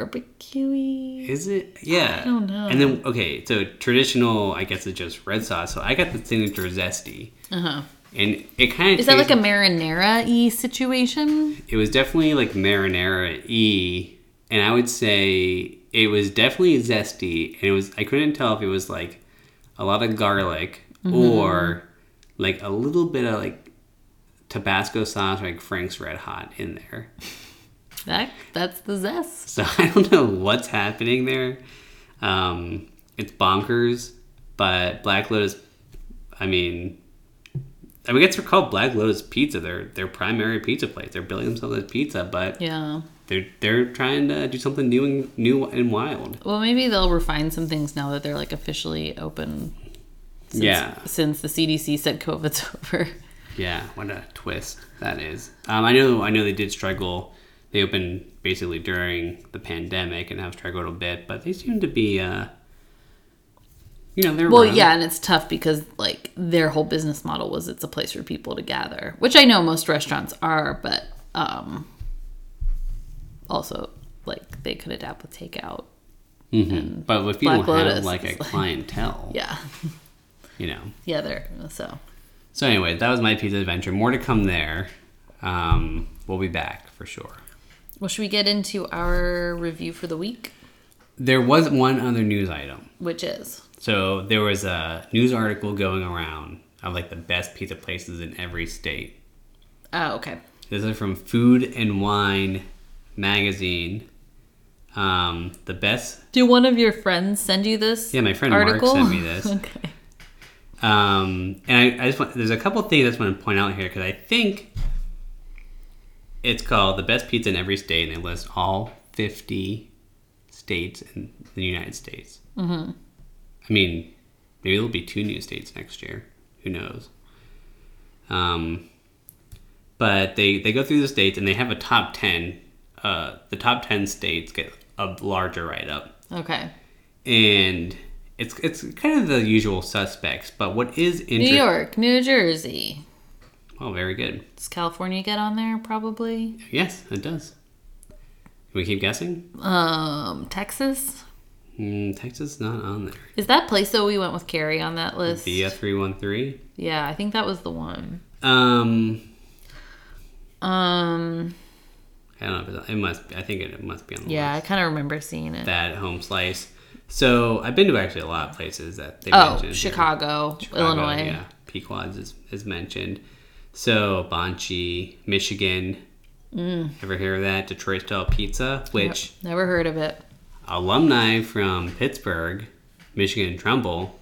[SPEAKER 3] barbecuey.
[SPEAKER 2] Is it? Yeah. I
[SPEAKER 3] don't know.
[SPEAKER 2] And then okay, so traditional, I guess it's just red sauce. So I got the signature zesty,
[SPEAKER 3] Uh huh.
[SPEAKER 2] and it kind of
[SPEAKER 3] Is that like a marinara y situation?
[SPEAKER 2] It was definitely like marinara e, and I would say it was definitely zesty, and it was I couldn't tell if it was like a lot of garlic
[SPEAKER 3] Mm-hmm.
[SPEAKER 2] or like a little bit of like Tabasco sauce, or like Frank's Red Hot in there.
[SPEAKER 3] That that's the zest.
[SPEAKER 2] So I don't know what's happening there. Um, it's bonkers, but Black Lotus. I mean, I mean, I guess they're called Black Lotus Pizza. They're their primary pizza place. They're billing themselves as pizza, but
[SPEAKER 3] Yeah.
[SPEAKER 2] they're they're trying to do something new and new and wild.
[SPEAKER 3] Well, maybe they'll refine some things now that they're like officially open. Since,
[SPEAKER 2] Yeah.
[SPEAKER 3] Since the CDC said COVID's over.
[SPEAKER 2] Yeah, what a twist that is. Um, I know, I know they did struggle. They opened basically during the pandemic and have struggled a bit, but they seem to be, uh, you know, they're
[SPEAKER 3] Well,
[SPEAKER 2] around.
[SPEAKER 3] yeah, and it's tough because like their whole business model was it's a place for people to gather, which I know most restaurants are, but um also like they could adapt with takeout.
[SPEAKER 2] Mm-hmm. But if you
[SPEAKER 3] Black
[SPEAKER 2] don't have
[SPEAKER 3] Lotus
[SPEAKER 2] like a
[SPEAKER 3] is like-
[SPEAKER 2] clientele,
[SPEAKER 3] Yeah.
[SPEAKER 2] you know.
[SPEAKER 3] Yeah, they're so
[SPEAKER 2] So anyway, that was my pizza adventure. More to come there. Um, we'll be back for sure.
[SPEAKER 3] well should we get into our review for the week?
[SPEAKER 2] There was one other news item.
[SPEAKER 3] Which is
[SPEAKER 2] So there was a news article going around of like the best pizza places in every state.
[SPEAKER 3] Oh, okay.
[SPEAKER 2] This is from Food and Wine magazine. Um, the best.
[SPEAKER 3] Do one of your friends send you this?
[SPEAKER 2] Yeah, my friend
[SPEAKER 3] article?
[SPEAKER 2] Mark sent me this.
[SPEAKER 3] okay.
[SPEAKER 2] Um, and I, I just want, there's a couple things I just want to point out here because I think it's called the best pizza in every state, and they list all 50 states in the United States. Mm-hmm. I mean, maybe there'll be two new states next year. Who knows? Um, but they they go through the states and they have a top 10. Uh, the top 10 states get a larger write up
[SPEAKER 3] Okay.
[SPEAKER 2] and it's it's kind of the usual suspects. But what is
[SPEAKER 3] New
[SPEAKER 2] interesting?
[SPEAKER 3] York, New Jersey.
[SPEAKER 2] Oh, very good.
[SPEAKER 3] Does California get on there probably?
[SPEAKER 2] Yes, it does. Can we keep guessing?
[SPEAKER 3] Um, Texas?
[SPEAKER 2] Mm, Texas is not on there.
[SPEAKER 3] Is that place though we went with Carrie on that list?
[SPEAKER 2] Via three one three.
[SPEAKER 3] Yeah, I think that was the one.
[SPEAKER 2] Um,
[SPEAKER 3] Um
[SPEAKER 2] I don't know. If it's, it must. I think it must be on the
[SPEAKER 3] yeah, I
[SPEAKER 2] list.
[SPEAKER 3] kind of remember seeing it.
[SPEAKER 2] That home slice. So I've been to actually a lot of places that they
[SPEAKER 3] oh,
[SPEAKER 2] mentioned. here.
[SPEAKER 3] Chicago,
[SPEAKER 2] Chicago,
[SPEAKER 3] Illinois.
[SPEAKER 2] Yeah, Pequod's is, is mentioned. So Bonchi, Michigan.
[SPEAKER 3] Mm.
[SPEAKER 2] Ever hear of that? Detroit style pizza, which.
[SPEAKER 3] Never heard of it.
[SPEAKER 2] alumni from Pittsburgh, Michigan and Trumbull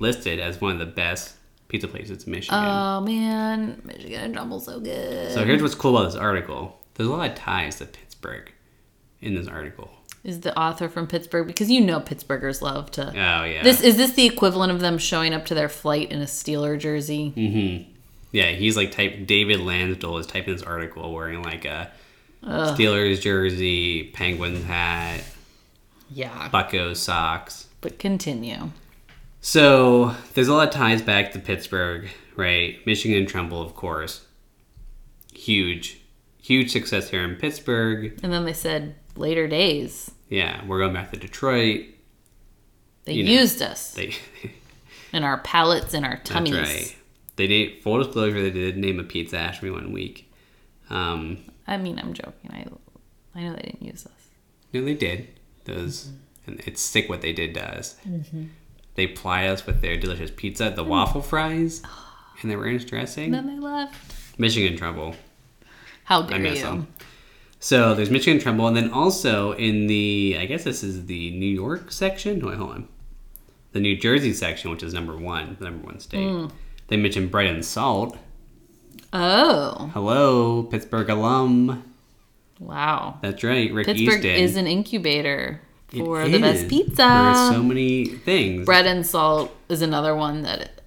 [SPEAKER 2] listed as one of the best pizza place. It's in Michigan.
[SPEAKER 3] Oh man, Michigan and Drumble's so good.
[SPEAKER 2] so here's what's cool about this article. There's a lot of ties to Pittsburgh in this article.
[SPEAKER 3] Is the author from Pittsburgh because you know Pittsburghers love to.
[SPEAKER 2] Oh yeah.
[SPEAKER 3] This is this the equivalent of them showing up to their flight in a Steeler jersey?
[SPEAKER 2] Mm-hmm. Yeah, he's like type David Lansdale is typing this article wearing like a Steelers jersey, Penguins hat,
[SPEAKER 3] Yeah.
[SPEAKER 2] Bucko socks.
[SPEAKER 3] But continue.
[SPEAKER 2] So there's a lot of ties back to Pittsburgh, right? Michigan and Trumbull, of course. Huge, huge success here in Pittsburgh.
[SPEAKER 3] And then they said later days.
[SPEAKER 2] Yeah, we're going back to Detroit.
[SPEAKER 3] They
[SPEAKER 2] You know,
[SPEAKER 3] used us
[SPEAKER 2] They,
[SPEAKER 3] in our palates and our
[SPEAKER 2] that's
[SPEAKER 3] tummies.
[SPEAKER 2] right. They did full disclosure. They did name a pizza after me one week. Um,
[SPEAKER 3] I mean, I'm joking. I I know they didn't use us.
[SPEAKER 2] No, they did. Those, and it's sick what they did to us. They ply us with their delicious pizza, the waffle fries, and their ranch dressing.
[SPEAKER 3] And then they left.
[SPEAKER 2] Michigan Trumbull.
[SPEAKER 3] How dare
[SPEAKER 2] I miss
[SPEAKER 3] you?
[SPEAKER 2] them. So there's Michigan Trumbull, and then also in the, I guess this is the New York section. Wait, hold on. The New Jersey section, which is number one, the number one state.
[SPEAKER 3] Hmm.
[SPEAKER 2] They mentioned bread and salt.
[SPEAKER 3] Oh
[SPEAKER 2] Hello, Pittsburgh alum.
[SPEAKER 3] wow!
[SPEAKER 2] That's right, Rick
[SPEAKER 3] Pittsburgh
[SPEAKER 2] Easton.
[SPEAKER 3] is an incubator
[SPEAKER 2] It
[SPEAKER 3] for the best
[SPEAKER 2] is.
[SPEAKER 3] pizza.
[SPEAKER 2] For so many things.
[SPEAKER 3] Bread and salt is another one that,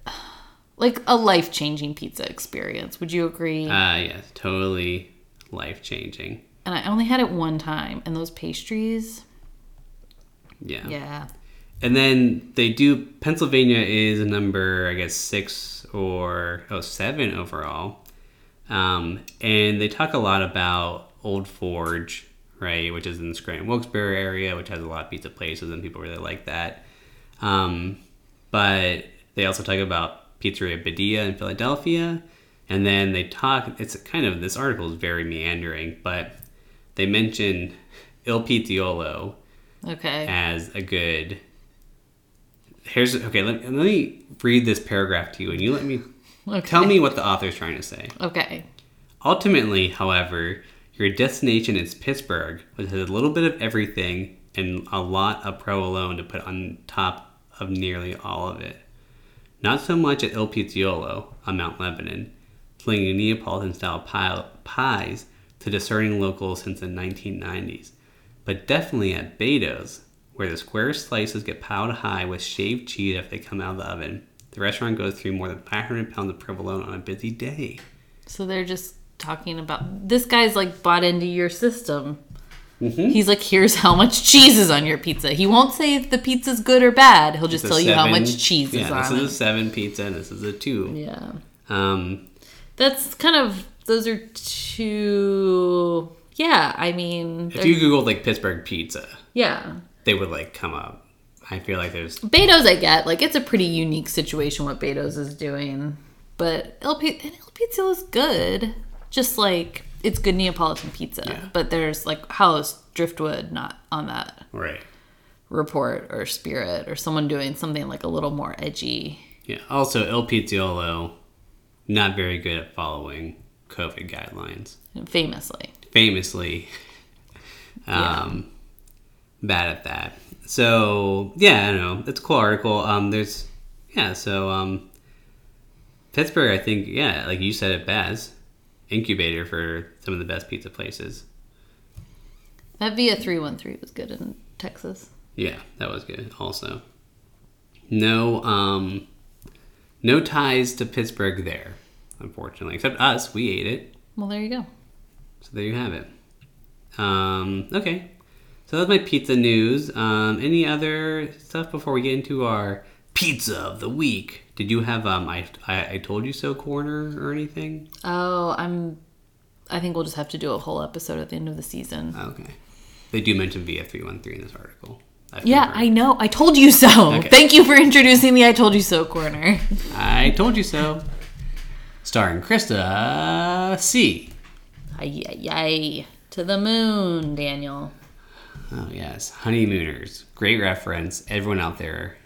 [SPEAKER 3] like, a life changing pizza experience. Would you agree?
[SPEAKER 2] Uh, yes, totally life changing.
[SPEAKER 3] and I only had it one time, and those pastries.
[SPEAKER 2] Yeah.
[SPEAKER 3] Yeah.
[SPEAKER 2] And then they do, Pennsylvania is number, I guess, six or, oh, seven overall. Um, and they talk a lot about Old Forge, right, which is in the Scranton Wilkes-Barre area, which has a lot of pizza places and people really like that. Um, but they also talk about Pizzeria Badia in Philadelphia. And then they talk, it's kind of, this article is very meandering, but they mention Il Pizziolo,
[SPEAKER 3] Okay.
[SPEAKER 2] as a good. Here's okay. Let, let me read this paragraph to you, and you let me
[SPEAKER 3] okay.
[SPEAKER 2] tell me what the author's trying to say.
[SPEAKER 3] Okay.
[SPEAKER 2] Ultimately, however, your destination is Pittsburgh, which has a little bit of everything and a lot of provolone to put on top of nearly all of it. Not so much at Il Pizziolo on Mount Lebanon, slinging Neapolitan-style pie- pies to discerning locals since the 1990s, but definitely at Beto's, where the square slices get piled high with shaved cheese after they come out of the oven. The restaurant goes through more than 500 pounds of provolone on a busy day.
[SPEAKER 3] So they're just talking about this guy's like bought into your system.
[SPEAKER 2] Mm-hmm.
[SPEAKER 3] He's like, here's how much cheese is on your pizza. He won't say if the pizza's good or bad. He'll just
[SPEAKER 2] It's a
[SPEAKER 3] tell you how
[SPEAKER 2] seven-
[SPEAKER 3] much cheese
[SPEAKER 2] yeah,
[SPEAKER 3] is on
[SPEAKER 2] This
[SPEAKER 3] it.
[SPEAKER 2] is a seven pizza, and this is a two.
[SPEAKER 3] yeah,
[SPEAKER 2] Um,
[SPEAKER 3] that's kind of those are two. Yeah, I mean,
[SPEAKER 2] if
[SPEAKER 3] they're-
[SPEAKER 2] you Googled like Pittsburgh pizza,
[SPEAKER 3] yeah.
[SPEAKER 2] they would like come up. I feel like there's
[SPEAKER 3] Beto's, I get like it's a pretty unique situation what Beto's is doing, but El, P- and El Pizzo is good. Just like it's good Neapolitan pizza,
[SPEAKER 2] Yeah.
[SPEAKER 3] but there's like house driftwood not on that.
[SPEAKER 2] right.
[SPEAKER 3] report or spirit or someone doing something like a little more edgy.
[SPEAKER 2] Yeah. Also, El Pizziolo, not very good at following COVID guidelines.
[SPEAKER 3] Famously,
[SPEAKER 2] Famously, um, bad at that. So yeah, I don't know. It's a cool article. Um, there's yeah. So um, Pittsburgh, I think yeah, like you said it best, incubator for some of the best pizza places.
[SPEAKER 3] that Via three one three was good in Texas.
[SPEAKER 2] Yeah, that was good. Also, no, um, no ties to Pittsburgh there, unfortunately. Except us, we ate it.
[SPEAKER 3] Well, there you go.
[SPEAKER 2] So there you have it. Um, okay, so that's my pizza news. Um, any other stuff before we get into our pizza of the week? Did you have um, I, I I told you so corner or anything?
[SPEAKER 3] Oh, I'm. I think we'll just have to do a whole episode at the end of the season.
[SPEAKER 2] Okay, they do mention Via three one three in this article. I
[SPEAKER 3] yeah,
[SPEAKER 2] remember.
[SPEAKER 3] I know. I told you so.
[SPEAKER 2] Okay.
[SPEAKER 3] Thank you for introducing the I told you so corner.
[SPEAKER 2] I told you so. Starring Krista C.
[SPEAKER 3] Ay, ay, ay. To the moon, Daniel.
[SPEAKER 2] Oh yes, honeymooners. Great reference. Everyone out there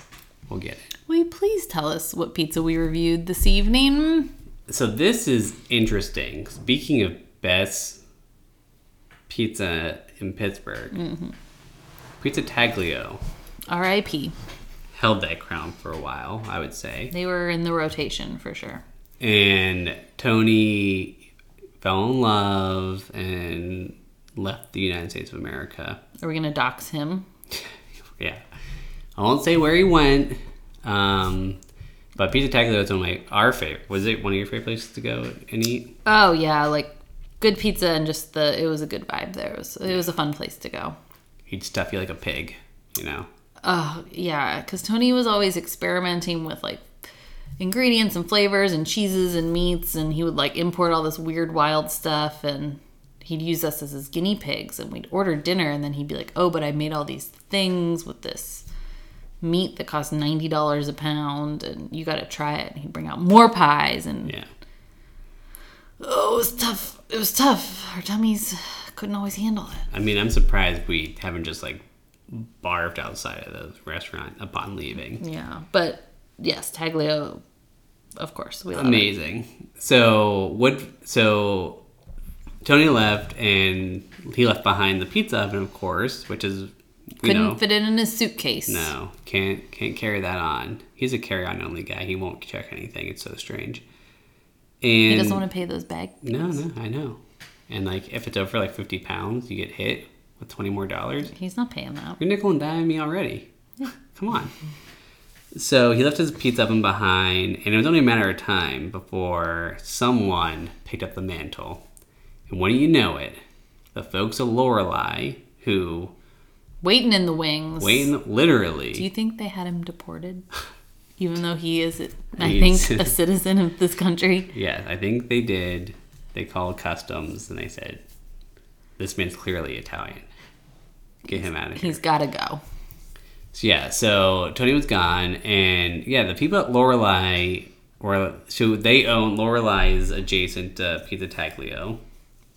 [SPEAKER 2] will get it.
[SPEAKER 3] Will you please tell us what pizza we reviewed this evening?
[SPEAKER 2] So this is interesting. Speaking of best pizza in Pittsburgh, Pizza Taglio
[SPEAKER 3] R.I.P.
[SPEAKER 2] held that crown for a while, I would say.
[SPEAKER 3] They were in the rotation for sure.
[SPEAKER 2] And Tony fell in love and left the United States of America.
[SPEAKER 3] Are we gonna dox him?
[SPEAKER 2] Yeah. I won't say where he went. Um, but Pizza Taco is one of my our favorite. Was it one of your favorite places to go and eat?
[SPEAKER 3] Oh yeah, like good pizza and just the it was a good vibe there. It was it was a fun place to go.
[SPEAKER 2] He'd stuff you like a pig, you know.
[SPEAKER 3] Oh yeah, because Tony was always experimenting with like ingredients and flavors and cheeses and meats, and he would like import all this weird wild stuff, and he'd use us as his guinea pigs, and we'd order dinner, and then he'd be like, "Oh, but I made all these things with this." Meat that cost ninety dollars a pound, and you got to try it. And he'd bring out more pies, and
[SPEAKER 2] Yeah.
[SPEAKER 3] oh, it was tough. It was tough. Our tummies couldn't always handle it.
[SPEAKER 2] I mean, I'm surprised we haven't just like barfed outside of the restaurant upon leaving.
[SPEAKER 3] Yeah, but yes, Taglio, of course, we love it.
[SPEAKER 2] Amazing. So what? So Tony left, and he left behind the pizza oven, of course, which is you
[SPEAKER 3] Couldn't
[SPEAKER 2] know
[SPEAKER 3] fit it in his suitcase.
[SPEAKER 2] no can't can't carry that on. He's a carry on only guy. He won't check anything. It's so strange. And
[SPEAKER 3] He doesn't want to pay those back.
[SPEAKER 2] no, no, I know. And like, if it's over like fifty pounds, you get hit with twenty more dollars.
[SPEAKER 3] He's not paying that.
[SPEAKER 2] You're nickel and diming me already. Come on. So he left his pizza oven behind, and it was only a matter of time before someone picked up the mantle. And when do you know it? The folks of Lorelei, who
[SPEAKER 3] Waiting in the wings.
[SPEAKER 2] Wayne
[SPEAKER 3] Do you
[SPEAKER 2] literally
[SPEAKER 3] think they had him deported? Even though he is, I
[SPEAKER 2] He's-
[SPEAKER 3] think, a citizen of this country.
[SPEAKER 2] Yeah, I think they did. They called customs and they said, This man's clearly Italian. Get him out of here.
[SPEAKER 3] He's got to go.
[SPEAKER 2] So, yeah, so Tony was gone, and yeah, the people at Lorelei were so they own Lorelei is adjacent to Pizza Taglio.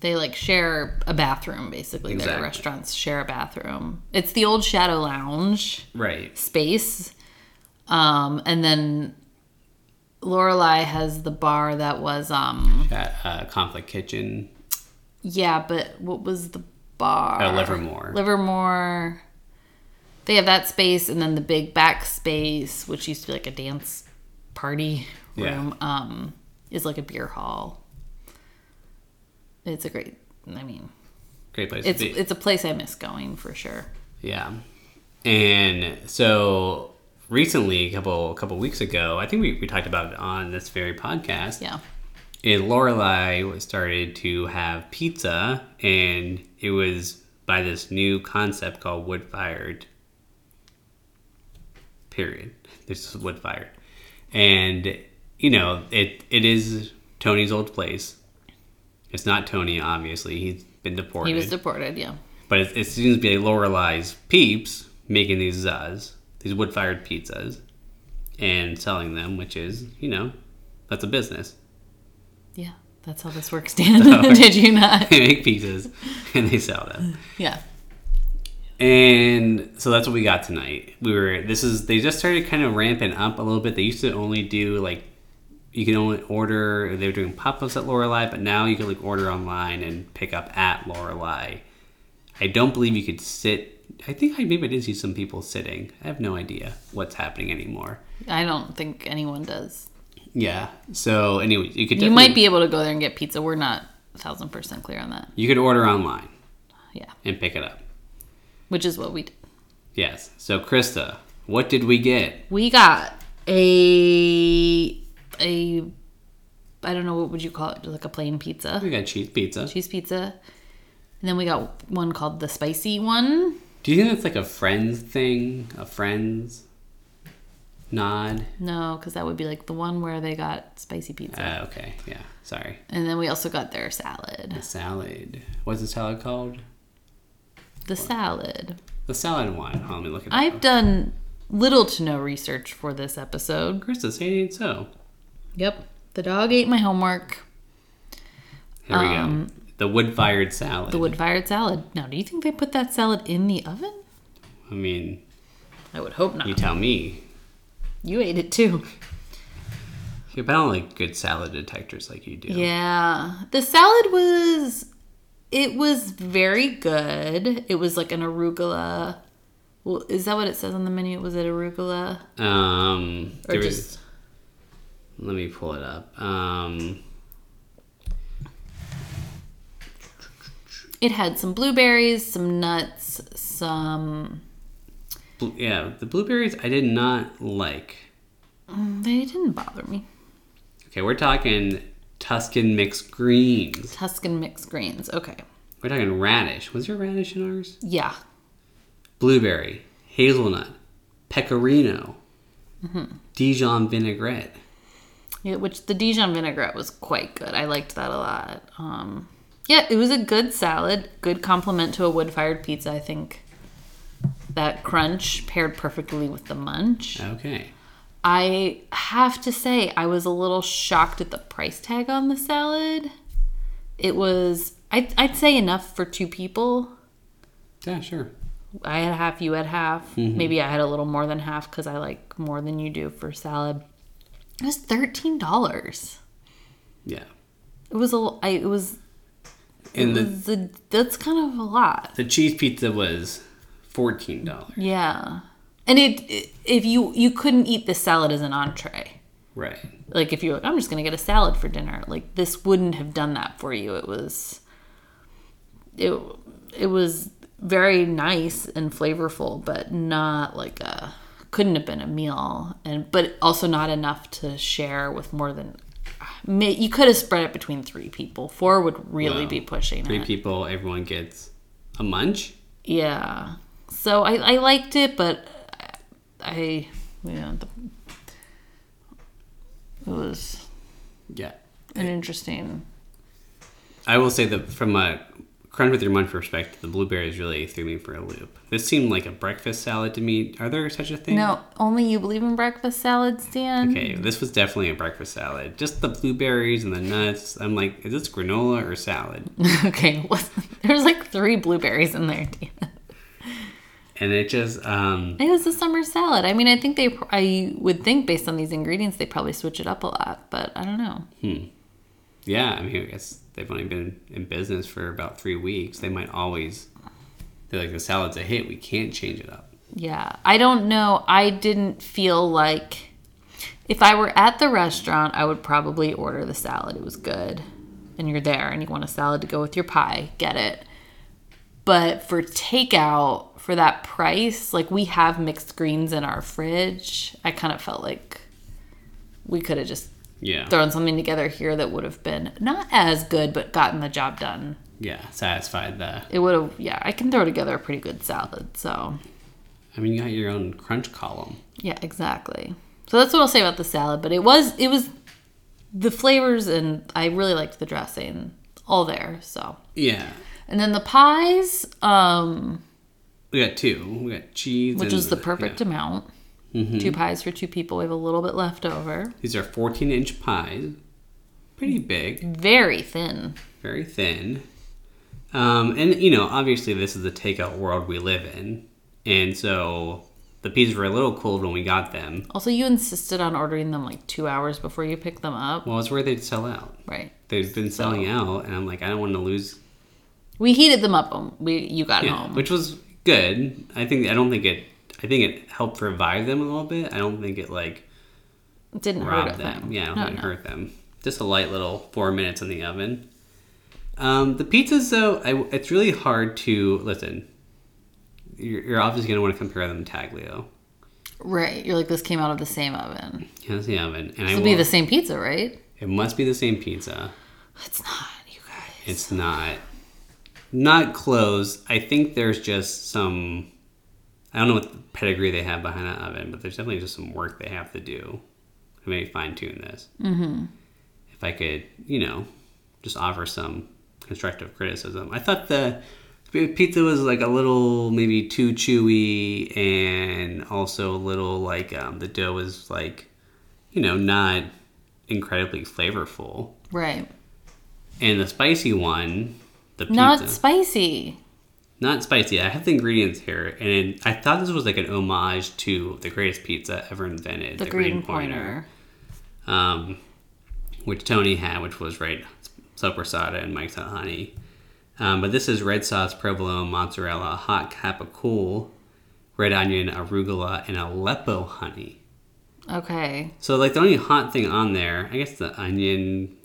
[SPEAKER 3] They like share a bathroom, basically. Their
[SPEAKER 2] Exactly.
[SPEAKER 3] restaurants share a bathroom. It's the old Shadow Lounge
[SPEAKER 2] Right.
[SPEAKER 3] space. Um, and then Lorelai has the bar that was, um,
[SPEAKER 2] At uh, Conflict Kitchen.
[SPEAKER 3] yeah, but what was the bar?
[SPEAKER 2] At Livermore.
[SPEAKER 3] Livermore. They have that space and then the big back space, which used to be like a dance party
[SPEAKER 2] Yeah.
[SPEAKER 3] room, um, is like a beer hall. It's a great I mean
[SPEAKER 2] Great place
[SPEAKER 3] it's
[SPEAKER 2] to be.
[SPEAKER 3] it's a place I miss going for sure.
[SPEAKER 2] yeah. And so recently, a couple a couple weeks ago, I think we, we talked about it on this very podcast.
[SPEAKER 3] Yeah.
[SPEAKER 2] And Lorelei was started to have pizza, and it was by this new concept called wood fired. Period. This is wood fired, and you know it. It is Tony's old place. It's not Tony, obviously. He's been deported,
[SPEAKER 3] He was deported, yeah.
[SPEAKER 2] but it, it seems to be Lorelei's peeps making these zuz, these wood fired pizzas, and selling them, which is you know that's a business.
[SPEAKER 3] Yeah. That's how this works, Dan. Did you not?
[SPEAKER 2] they make pizzas and they sell them.
[SPEAKER 3] Yeah.
[SPEAKER 2] And so that's what we got tonight. We were this is they just started kind of ramping up a little bit. They used to only do like you can only order they were doing pop-ups at Lorelei, but now you can like order online and pick up at Lorelei. I don't believe you could sit I think I maybe I did see some people sitting. I have no idea what's happening anymore.
[SPEAKER 3] I don't think anyone does.
[SPEAKER 2] Yeah. So anyway, you could
[SPEAKER 3] You might
[SPEAKER 2] definitely-
[SPEAKER 3] be able to go there and get pizza. We're not a thousand percent clear on that.
[SPEAKER 2] you could order online
[SPEAKER 3] Yeah.
[SPEAKER 2] and pick it up.
[SPEAKER 3] Which is what we did.
[SPEAKER 2] Yes. So Krista, what did we get?
[SPEAKER 3] We got a a I don't know what would you call it, like a plain pizza.
[SPEAKER 2] We got cheese pizza.
[SPEAKER 3] Cheese pizza. And then we got one called the spicy one.
[SPEAKER 2] Do you think that's like a friends thing? A friends nod?
[SPEAKER 3] No, because that would be like the one where they got spicy pizza.
[SPEAKER 2] Uh, okay, yeah. Sorry.
[SPEAKER 3] And then we also got their salad.
[SPEAKER 2] Salad. What's the salad called?
[SPEAKER 3] The salad.
[SPEAKER 2] The salad one. Hold on, let me look at
[SPEAKER 3] I've done little to no research for this episode.
[SPEAKER 2] Krista, say it ain't so.
[SPEAKER 3] Yep. The dog ate my homework.
[SPEAKER 2] Here we go. The wood fired salad.
[SPEAKER 3] Um, The wood fired salad. Now, do you think they put that salad in the oven?
[SPEAKER 2] I mean,
[SPEAKER 3] I would hope not.
[SPEAKER 2] you tell me.
[SPEAKER 3] You ate it too.
[SPEAKER 2] You're about like good salad detectors like you do.
[SPEAKER 3] Yeah. The salad was it was very good. It was like an arugula Well, is that what it says on the menu? Was it arugula?
[SPEAKER 2] Um,
[SPEAKER 3] Or
[SPEAKER 2] there was-
[SPEAKER 3] just-
[SPEAKER 2] let me pull it up. Um,
[SPEAKER 3] It had some blueberries, some nuts, some.
[SPEAKER 2] bl- yeah, the blueberries I did not like.
[SPEAKER 3] Mm, They didn't bother me.
[SPEAKER 2] Okay, we're talking Tuscan mixed greens.
[SPEAKER 3] Tuscan mixed greens. Okay.
[SPEAKER 2] We're talking radish. Was there radish in ours?
[SPEAKER 3] Yeah.
[SPEAKER 2] Blueberry, hazelnut, pecorino, Dijon vinaigrette.
[SPEAKER 3] Yeah, which the Dijon vinaigrette was quite good. I liked that a lot. Um, yeah, it was a good salad, good complement to a wood fired pizza. I think that crunch paired perfectly with the munch.
[SPEAKER 2] Okay.
[SPEAKER 3] I have to say, I was a little shocked at the price tag on the salad. It was, I'd, I'd say, enough for two people.
[SPEAKER 2] Yeah, sure.
[SPEAKER 3] I had half, you had half. Maybe I had a little more than half because I like more than you do for salad. It was thirteen dollars.
[SPEAKER 2] Yeah.
[SPEAKER 3] It was a. l- I, it was.
[SPEAKER 2] And the
[SPEAKER 3] It's a, that's kind of a lot.
[SPEAKER 2] the cheese pizza was fourteen dollars.
[SPEAKER 3] Yeah, and it, it if you you couldn't eat this salad as an entree.
[SPEAKER 2] Right.
[SPEAKER 3] Like if you're like, I'm just gonna get a salad for dinner. Like this wouldn't have done that for you. It was. It it was very nice and flavorful, but not like a couldn't have been a meal, and but also not enough to share with more than. May, you could have spread it between three people. Four would really
[SPEAKER 2] Wow.
[SPEAKER 3] be pushing
[SPEAKER 2] Three
[SPEAKER 3] it.
[SPEAKER 2] people, everyone gets a munch.
[SPEAKER 3] Yeah. So I, I liked it, but I, you know, the, it was
[SPEAKER 2] Yeah.
[SPEAKER 3] an interesting.
[SPEAKER 2] I will say that from a crunch with your munch perspective, the blueberries really threw me for a loop. This seemed like a breakfast salad to me. Are there such a thing?
[SPEAKER 3] No, only you believe in breakfast salads, Dan.
[SPEAKER 2] Okay, this was definitely a breakfast salad. Just the blueberries and the nuts. I'm like, is this granola or salad?
[SPEAKER 3] okay. What? There's like three blueberries in there, Dan.
[SPEAKER 2] And it just, um,
[SPEAKER 3] It was a summer salad. I mean, I think they, pr- I would think based on these ingredients, they probably switch it up a lot, but I don't know.
[SPEAKER 2] yeah, I mean, I guess they've only been in business for about three weeks. They might always, they're like, the salad's a hit. We can't change it up.
[SPEAKER 3] Yeah, I don't know. I didn't feel like if I were at the restaurant, I would probably order the salad. It was good. And you're there and you want a salad to go with your pie, get it. But for takeout, for that price, like we have mixed greens in our fridge, I kind of felt like we could have just
[SPEAKER 2] Yeah.
[SPEAKER 3] thrown something together here that would have been not as good, but gotten the job done.
[SPEAKER 2] Yeah, satisfied the.
[SPEAKER 3] It would have, yeah, I can throw together a pretty good salad. So
[SPEAKER 2] I mean, you got your own crunch column.
[SPEAKER 3] Yeah, exactly. So that's what I'll say about the salad, but it was it was the flavors and I really liked the dressing all there, so.
[SPEAKER 2] Yeah.
[SPEAKER 3] And then the pies, um,
[SPEAKER 2] We got two. We got cheese.
[SPEAKER 3] which
[SPEAKER 2] and-
[SPEAKER 3] is the
[SPEAKER 2] yeah. Mm-hmm.
[SPEAKER 3] perfect amount. Two pies for two people. We have a little bit left over.
[SPEAKER 2] These are 14 inch pies. Pretty big,
[SPEAKER 3] Very thin.
[SPEAKER 2] very thin. Um, and, you know, obviously, this is the takeout world we live in. And so the pizzas were a little cold when we got them.
[SPEAKER 3] Also, you insisted on ordering them like two hours before you picked them up.
[SPEAKER 2] Well, it's where they'd sell out.
[SPEAKER 3] Right.
[SPEAKER 2] They've been selling out, and I'm like, I don't want to lose.
[SPEAKER 3] We heated them up when we you got
[SPEAKER 2] Yeah,
[SPEAKER 3] home.
[SPEAKER 2] which was good. I think, I don't think it, I think it helped revive them a little bit. I don't think it, like,
[SPEAKER 3] It didn't hurt
[SPEAKER 2] rob
[SPEAKER 3] of
[SPEAKER 2] them.
[SPEAKER 3] them.
[SPEAKER 2] Yeah, I
[SPEAKER 3] No,
[SPEAKER 2] don't
[SPEAKER 3] no.
[SPEAKER 2] hurt them. Just a light little four minutes in the oven. Um, the pizzas, though, I, it's really hard to listen. You're, you're obviously going to want to compare them to Taglio.
[SPEAKER 3] Right. You're like this came out of the same oven.
[SPEAKER 2] Yeah, that's the oven, and I
[SPEAKER 3] This would be
[SPEAKER 2] will-
[SPEAKER 3] the same pizza, right?
[SPEAKER 2] It must be the same pizza.
[SPEAKER 3] It's not, you guys.
[SPEAKER 2] It's not, not close. I think there's just some. I don't know what pedigree they have behind that oven, but there's definitely just some work they have to do. I may fine tune this. Mm-hmm. If I could, you know, just offer some constructive criticism. I thought the p- pizza was like a little maybe too chewy, and also a little like um, the dough was like, you know, not incredibly flavorful.
[SPEAKER 3] Right.
[SPEAKER 2] And the spicy one, the pizza,
[SPEAKER 3] Not
[SPEAKER 2] not,
[SPEAKER 3] spicy.
[SPEAKER 2] spicy. I have the ingredients here, and it, I thought this was like an homage to the greatest pizza ever invented,
[SPEAKER 3] The, green, pointer.
[SPEAKER 2] um, which Tony had, which was right soprasada and Mike's hot honey. Um, but this is red sauce, provolone, mozzarella, hot capicool, red onion, arugula, and Aleppo honey.
[SPEAKER 3] Okay.
[SPEAKER 2] So like the only hot thing on there, I guess the onion.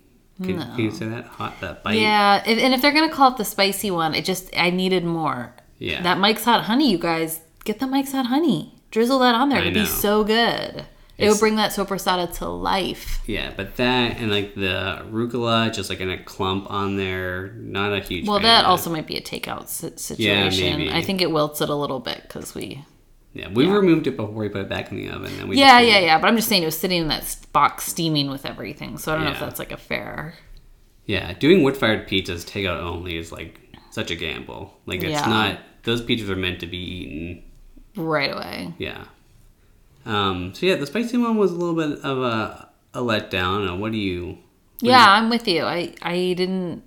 [SPEAKER 2] Can, can you say that hot that bite?
[SPEAKER 3] Yeah, if, and if they're gonna call it the spicy one, it just I needed more.
[SPEAKER 2] Yeah.
[SPEAKER 3] That Mike's Hot Honey, you guys get the Mike's Hot Honey. Drizzle that on there.
[SPEAKER 2] I
[SPEAKER 3] It'd
[SPEAKER 2] know.
[SPEAKER 3] be so good. it
[SPEAKER 2] It's-
[SPEAKER 3] would bring that sopressata to life.
[SPEAKER 2] Yeah, but that and like the arugula, just like in a clump on there. Not a huge.
[SPEAKER 3] Well,
[SPEAKER 2] fan
[SPEAKER 3] that
[SPEAKER 2] of it.
[SPEAKER 3] also might be a takeout si- situation.
[SPEAKER 2] maybe.
[SPEAKER 3] I think it wilts it a little bit because we.
[SPEAKER 2] Yeah, we removed it before we put it back in the oven. And we
[SPEAKER 3] Yeah,
[SPEAKER 2] just-
[SPEAKER 3] yeah, yeah. But I'm just saying it was sitting in that s- box steaming with everything. So I don't know if
[SPEAKER 2] Yeah.
[SPEAKER 3] that's like a fair.
[SPEAKER 2] Yeah, doing wood fired pizzas takeout only is like such a gamble. Like it's
[SPEAKER 3] Yeah.
[SPEAKER 2] not those pizzas are meant to be eaten.
[SPEAKER 3] Right away.
[SPEAKER 2] Yeah. Um, so yeah, the spicy one was a little bit of a a letdown. And what do you?
[SPEAKER 3] yeah, I'm with you. I I didn't.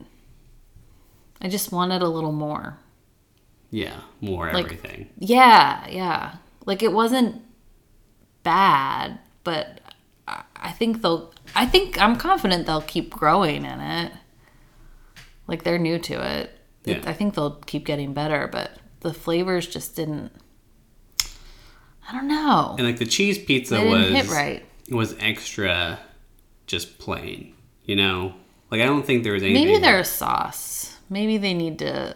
[SPEAKER 3] I just wanted a little more.
[SPEAKER 2] Yeah, more
[SPEAKER 3] Like-
[SPEAKER 2] everything.
[SPEAKER 3] Yeah, yeah. Like it wasn't bad, but I, I think they'll. I think I'm confident they'll keep growing in it. Like they're new to it. It-
[SPEAKER 2] Yeah.
[SPEAKER 3] I think they'll keep getting better, but the flavors just didn't. I don't know.
[SPEAKER 2] And like the cheese pizza
[SPEAKER 3] They didn't
[SPEAKER 2] was
[SPEAKER 3] hit right.
[SPEAKER 2] was extra, just plain. You know, like I don't think there was anything.
[SPEAKER 3] Maybe their sauce. Maybe they need to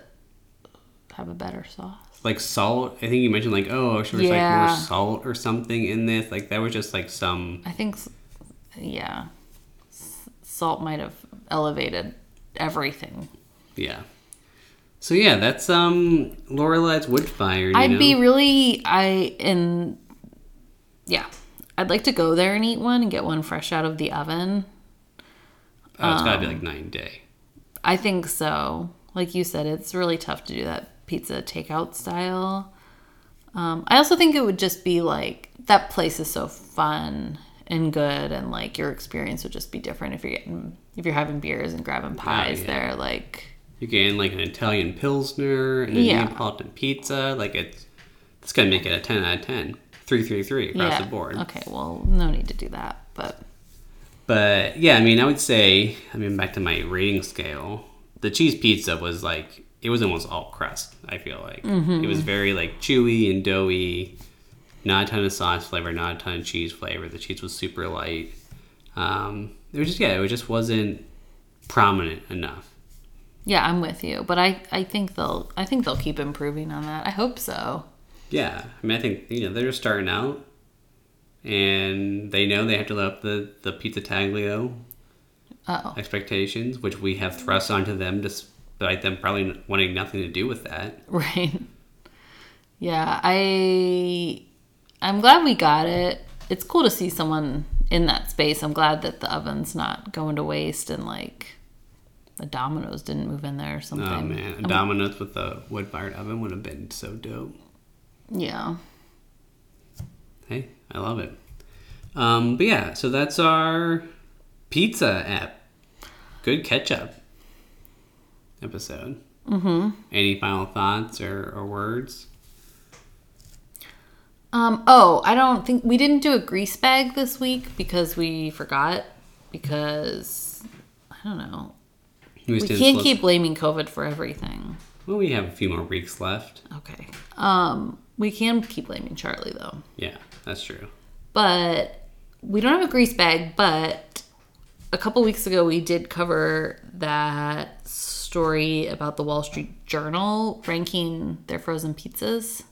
[SPEAKER 3] have a better sauce.
[SPEAKER 2] like salt. I think you mentioned like oh, should we like
[SPEAKER 3] Yeah.
[SPEAKER 2] more salt or something in this? Like that was just like some
[SPEAKER 3] I think, s- yeah, S- salt might have elevated everything.
[SPEAKER 2] yeah. So yeah, that's um Lorelei's wood fire. You
[SPEAKER 3] I'd
[SPEAKER 2] know?
[SPEAKER 3] be really I and yeah, I'd like to go there and eat one and get one fresh out of the oven.
[SPEAKER 2] Oh, it's gotta be like nine day.
[SPEAKER 3] I think so. Like you said, it's really tough to do that pizza takeout style. Um, I also think it would just be like that place is so fun and good, and like your experience would just be different if you're getting if you're having beers and grabbing pies
[SPEAKER 2] Oh, yeah.
[SPEAKER 3] there. Like
[SPEAKER 2] You can like an Italian pilsner and a
[SPEAKER 3] Yeah.
[SPEAKER 2] Neapolitan pizza. Like it's it's gonna make it a ten out of ten. Three three three across the board.
[SPEAKER 3] Okay, well, no need to do that, but
[SPEAKER 2] But yeah, I mean, I would say, I mean, back to my rating scale, the cheese pizza was like it was almost all crust. I feel like it was very like chewy and doughy, not a ton of sauce flavor, not a ton of cheese flavor. The cheese was super light. Um, it was just yeah, it just wasn't prominent enough.
[SPEAKER 3] yeah, I'm with you. But I I think they'll I think they'll keep improving on that. I hope so.
[SPEAKER 2] Yeah, I mean, I think you know they're just starting out, and they know they have to live up the the pizza taglio
[SPEAKER 3] Oh,
[SPEAKER 2] expectations, which we have thrust onto them despite them probably wanting nothing to do with that.
[SPEAKER 3] right. Yeah, I I'm glad we got it. It's cool to see someone in that space. I'm glad that the oven's not going to waste and like the dominoes didn't move in there or something.
[SPEAKER 2] Oh man, a
[SPEAKER 3] I'm-
[SPEAKER 2] Domino's with a wood fired oven would have been so dope.
[SPEAKER 3] yeah.
[SPEAKER 2] Hey, I love it. Um, but yeah, so that's our pizza app. Good catch up episode. Mm-hmm. Any final thoughts or, or words?
[SPEAKER 3] Um, oh, I don't think we didn't do a grease bag this week because we forgot because I don't know.
[SPEAKER 2] We,
[SPEAKER 3] We
[SPEAKER 2] just
[SPEAKER 3] can't
[SPEAKER 2] look-
[SPEAKER 3] keep blaming COVID for everything.
[SPEAKER 2] Well, we have a few more weeks left.
[SPEAKER 3] Okay. Um, we can keep blaming Charlie though,
[SPEAKER 2] Yeah, that's true.
[SPEAKER 3] but we don't have a grease bag. But a couple weeks ago, we did cover that story about the Wall Street Journal ranking their frozen pizzas.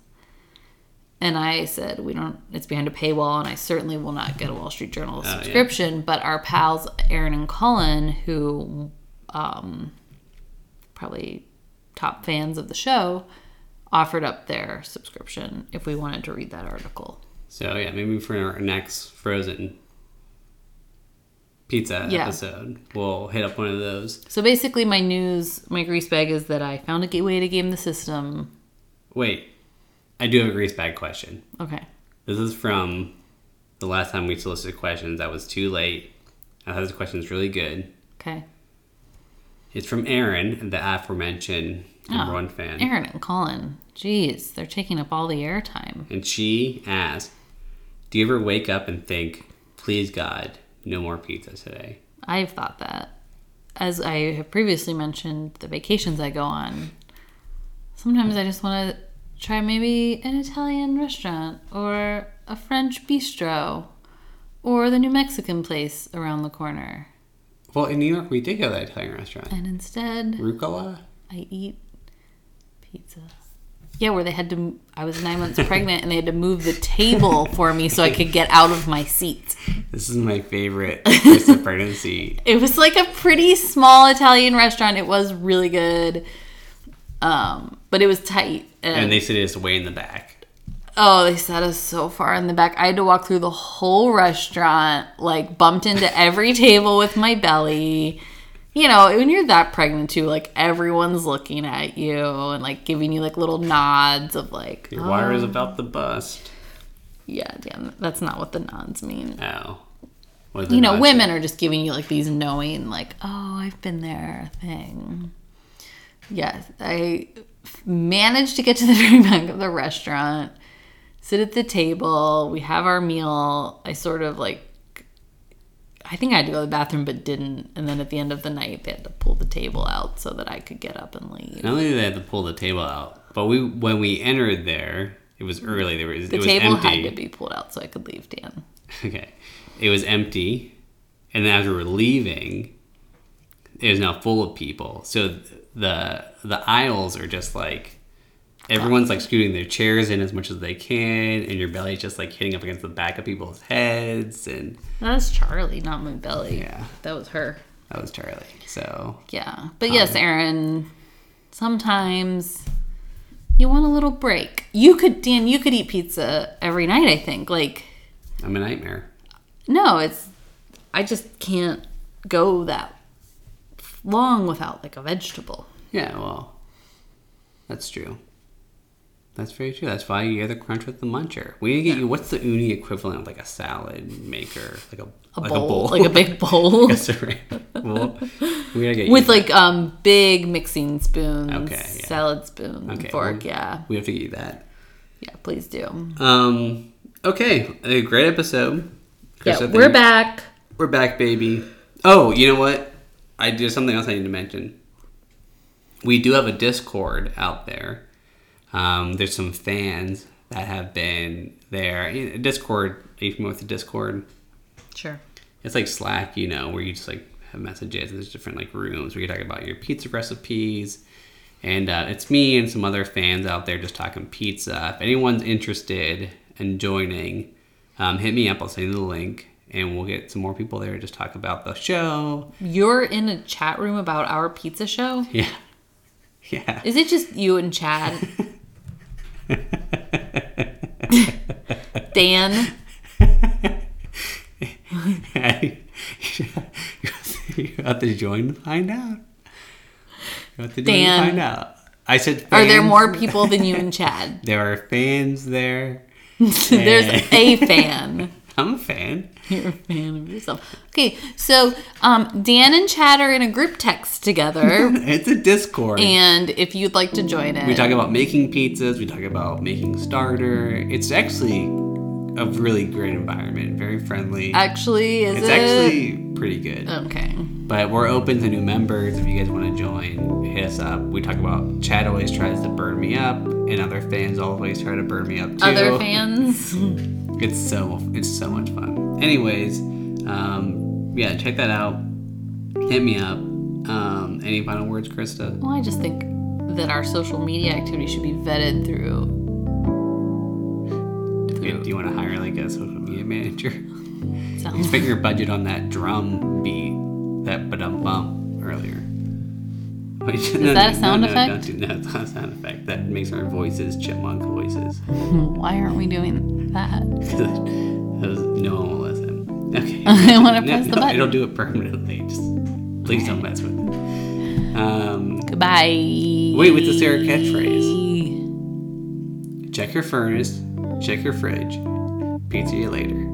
[SPEAKER 3] And I said, we don't, it's behind a paywall, and I certainly will not get a Wall Street Journal
[SPEAKER 2] yeah.
[SPEAKER 3] subscription. But our pals, Aaron and Cullen, who um, probably top fans of the show, offered up their subscription if we wanted to read that article.
[SPEAKER 2] So yeah, maybe for our next Frozen pizza
[SPEAKER 3] Yeah.
[SPEAKER 2] episode, we'll hit up one of those.
[SPEAKER 3] So basically, my news, my grease bag is that I found a ga- way to game the system.
[SPEAKER 2] Wait, I do have a grease bag question.
[SPEAKER 3] Okay.
[SPEAKER 2] This is from the last time we solicited questions. That was too late. I thought this question was really good.
[SPEAKER 3] Okay.
[SPEAKER 2] It's from Aaron, the aforementioned number
[SPEAKER 3] Oh,
[SPEAKER 2] one fan.
[SPEAKER 3] Aaron and Colin, jeez, they're taking up all the airtime.
[SPEAKER 2] And she asked, Do you ever wake up and think, please God, no more pizza today?
[SPEAKER 3] I've thought that. As I have previously mentioned, the vacations I go on, sometimes I just want to Try maybe an Italian restaurant or a French bistro or the New Mexican place around the corner.
[SPEAKER 2] Well, in New York, we did go to that Italian restaurant.
[SPEAKER 3] And instead,
[SPEAKER 2] Rucola?
[SPEAKER 3] I eat pizza. Yeah, where they had to. I was nine months pregnant, and they had to move the table for me so I could get out of my seat.
[SPEAKER 2] This is my favorite place of pregnancy.
[SPEAKER 3] It was like a pretty small Italian restaurant. It was really good, um, but it was tight.
[SPEAKER 2] And they said it's way in the back.
[SPEAKER 3] Oh, they sat us so far in the back. I had to walk through the whole restaurant, like bumped into every table with my belly. You know, when you're that pregnant too, like everyone's looking at you and like giving you like little nods of like,
[SPEAKER 2] Your
[SPEAKER 3] oh,
[SPEAKER 2] water is about the bust.
[SPEAKER 3] yeah, damn, that's not what the nods mean.
[SPEAKER 2] Ow. What did
[SPEAKER 3] You know,
[SPEAKER 2] Nazi-
[SPEAKER 3] women are just giving you like these knowing, like, oh, I've been there thing. Yes, I managed to get to the very back of the restaurant, sit at the table. We have our meal. I sort of like, I think I had to go to the bathroom, but didn't. And then at the end of the night, they had to pull the table out so that I could get up and leave.
[SPEAKER 2] Not only did they have to pull the table out, but we when we entered there, it was early. There was
[SPEAKER 3] The
[SPEAKER 2] it was
[SPEAKER 3] table
[SPEAKER 2] empty.
[SPEAKER 3] had to be pulled out so I could leave, Dan.
[SPEAKER 2] Okay. It was empty. And then as we were leaving, it was now full of people. So th- the the aisles are just like everyone's like scooting their chairs in as much as they can, and your belly's just like hitting up against the back of people's heads, and
[SPEAKER 3] That was Charlie, not my belly.
[SPEAKER 2] Yeah.
[SPEAKER 3] That was her.
[SPEAKER 2] that was Charlie. So
[SPEAKER 3] Yeah. But yes, Aaron, sometimes you want a little break. You could, Dan, you could eat pizza every night, I think. Like,
[SPEAKER 2] I'm a nightmare.
[SPEAKER 3] no, it's, I just can't go that long without like a vegetable.
[SPEAKER 2] Yeah, well, that's true. That's very true. That's why you get the crunch with the muncher. We need to get you what's the uni equivalent of like a salad maker, like a,
[SPEAKER 3] A
[SPEAKER 2] like
[SPEAKER 3] bowl, like a big bowl
[SPEAKER 2] Yes, right. Well, we gotta get
[SPEAKER 3] with
[SPEAKER 2] you,
[SPEAKER 3] like um big mixing spoons,
[SPEAKER 2] Okay, yeah.
[SPEAKER 3] salad spoon,
[SPEAKER 2] Okay,
[SPEAKER 3] fork.
[SPEAKER 2] well-
[SPEAKER 3] yeah,
[SPEAKER 2] We have to get you that.
[SPEAKER 3] yeah. Please do.
[SPEAKER 2] Um. Okay, a great episode. Chris,
[SPEAKER 3] yeah,
[SPEAKER 2] I
[SPEAKER 3] we're
[SPEAKER 2] think-
[SPEAKER 3] back.
[SPEAKER 2] We're back, baby. Oh, you know what? I there's something else I need to mention. We do have a Discord out there. Um, there's some fans that have been there. You- Discord. Are you familiar with the Discord?
[SPEAKER 3] Sure.
[SPEAKER 2] It's like Slack, you know, where you just like have messages and there's different like rooms where you talk about your pizza recipes. And uh, it's me and some other fans out there just talking pizza. If anyone's interested in joining, um, hit me up. I'll send you the link and we'll get some more people there to just talk about the show.
[SPEAKER 3] You're in a chat room about our pizza show.
[SPEAKER 2] Yeah. Yeah.
[SPEAKER 3] Is it just you and Chad? Dan,
[SPEAKER 2] you have to join to find out. You have to join
[SPEAKER 3] Dan.
[SPEAKER 2] to find out. I said,
[SPEAKER 3] are there
[SPEAKER 2] fans.
[SPEAKER 3] more people than you and Chad?
[SPEAKER 2] There are fans there.
[SPEAKER 3] There's a fan.
[SPEAKER 2] I'm a fan.
[SPEAKER 3] You're a fan of yourself. Okay, so um, Dan and Chad are in a group text together,
[SPEAKER 2] It's a Discord.
[SPEAKER 3] and if you'd like to join
[SPEAKER 2] we
[SPEAKER 3] it,
[SPEAKER 2] talk about making pizzas. We talk about making starter. It's actually a really great environment. Very friendly.
[SPEAKER 3] actually, is
[SPEAKER 2] it's
[SPEAKER 3] it Oh.
[SPEAKER 2] actually pretty good.
[SPEAKER 3] okay?
[SPEAKER 2] But we're open to new members. If you guys want to join, hit us up. We talk about Chad always tries to burn me up, and other fans always try to burn me up too.
[SPEAKER 3] Other fans,
[SPEAKER 2] It's so it's so much fun. Anyways, um, yeah, check that out. Hit me up. Um, any final words, Krista?
[SPEAKER 3] well, I just think that our social media activity should be vetted through.
[SPEAKER 2] Do you want to hire like a social media manager?
[SPEAKER 3] Sounds
[SPEAKER 2] Spent your budget on that drum beat, that ba-dum bump earlier. Wait, Is
[SPEAKER 3] that a sound effect?
[SPEAKER 2] Don't do, no, it's not a sound effect. That makes our voices chipmunk voices.
[SPEAKER 3] why aren't we doing that?
[SPEAKER 2] Those- no one will listen. Okay.
[SPEAKER 3] I wanna press the
[SPEAKER 2] no,
[SPEAKER 3] button.
[SPEAKER 2] It'll do it permanently. Just please don't mess with it. Um,
[SPEAKER 3] Goodbye.
[SPEAKER 2] wait with the Sarah catchphrase. Check your furnace. Check your fridge. Pizza you later.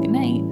[SPEAKER 3] Good night.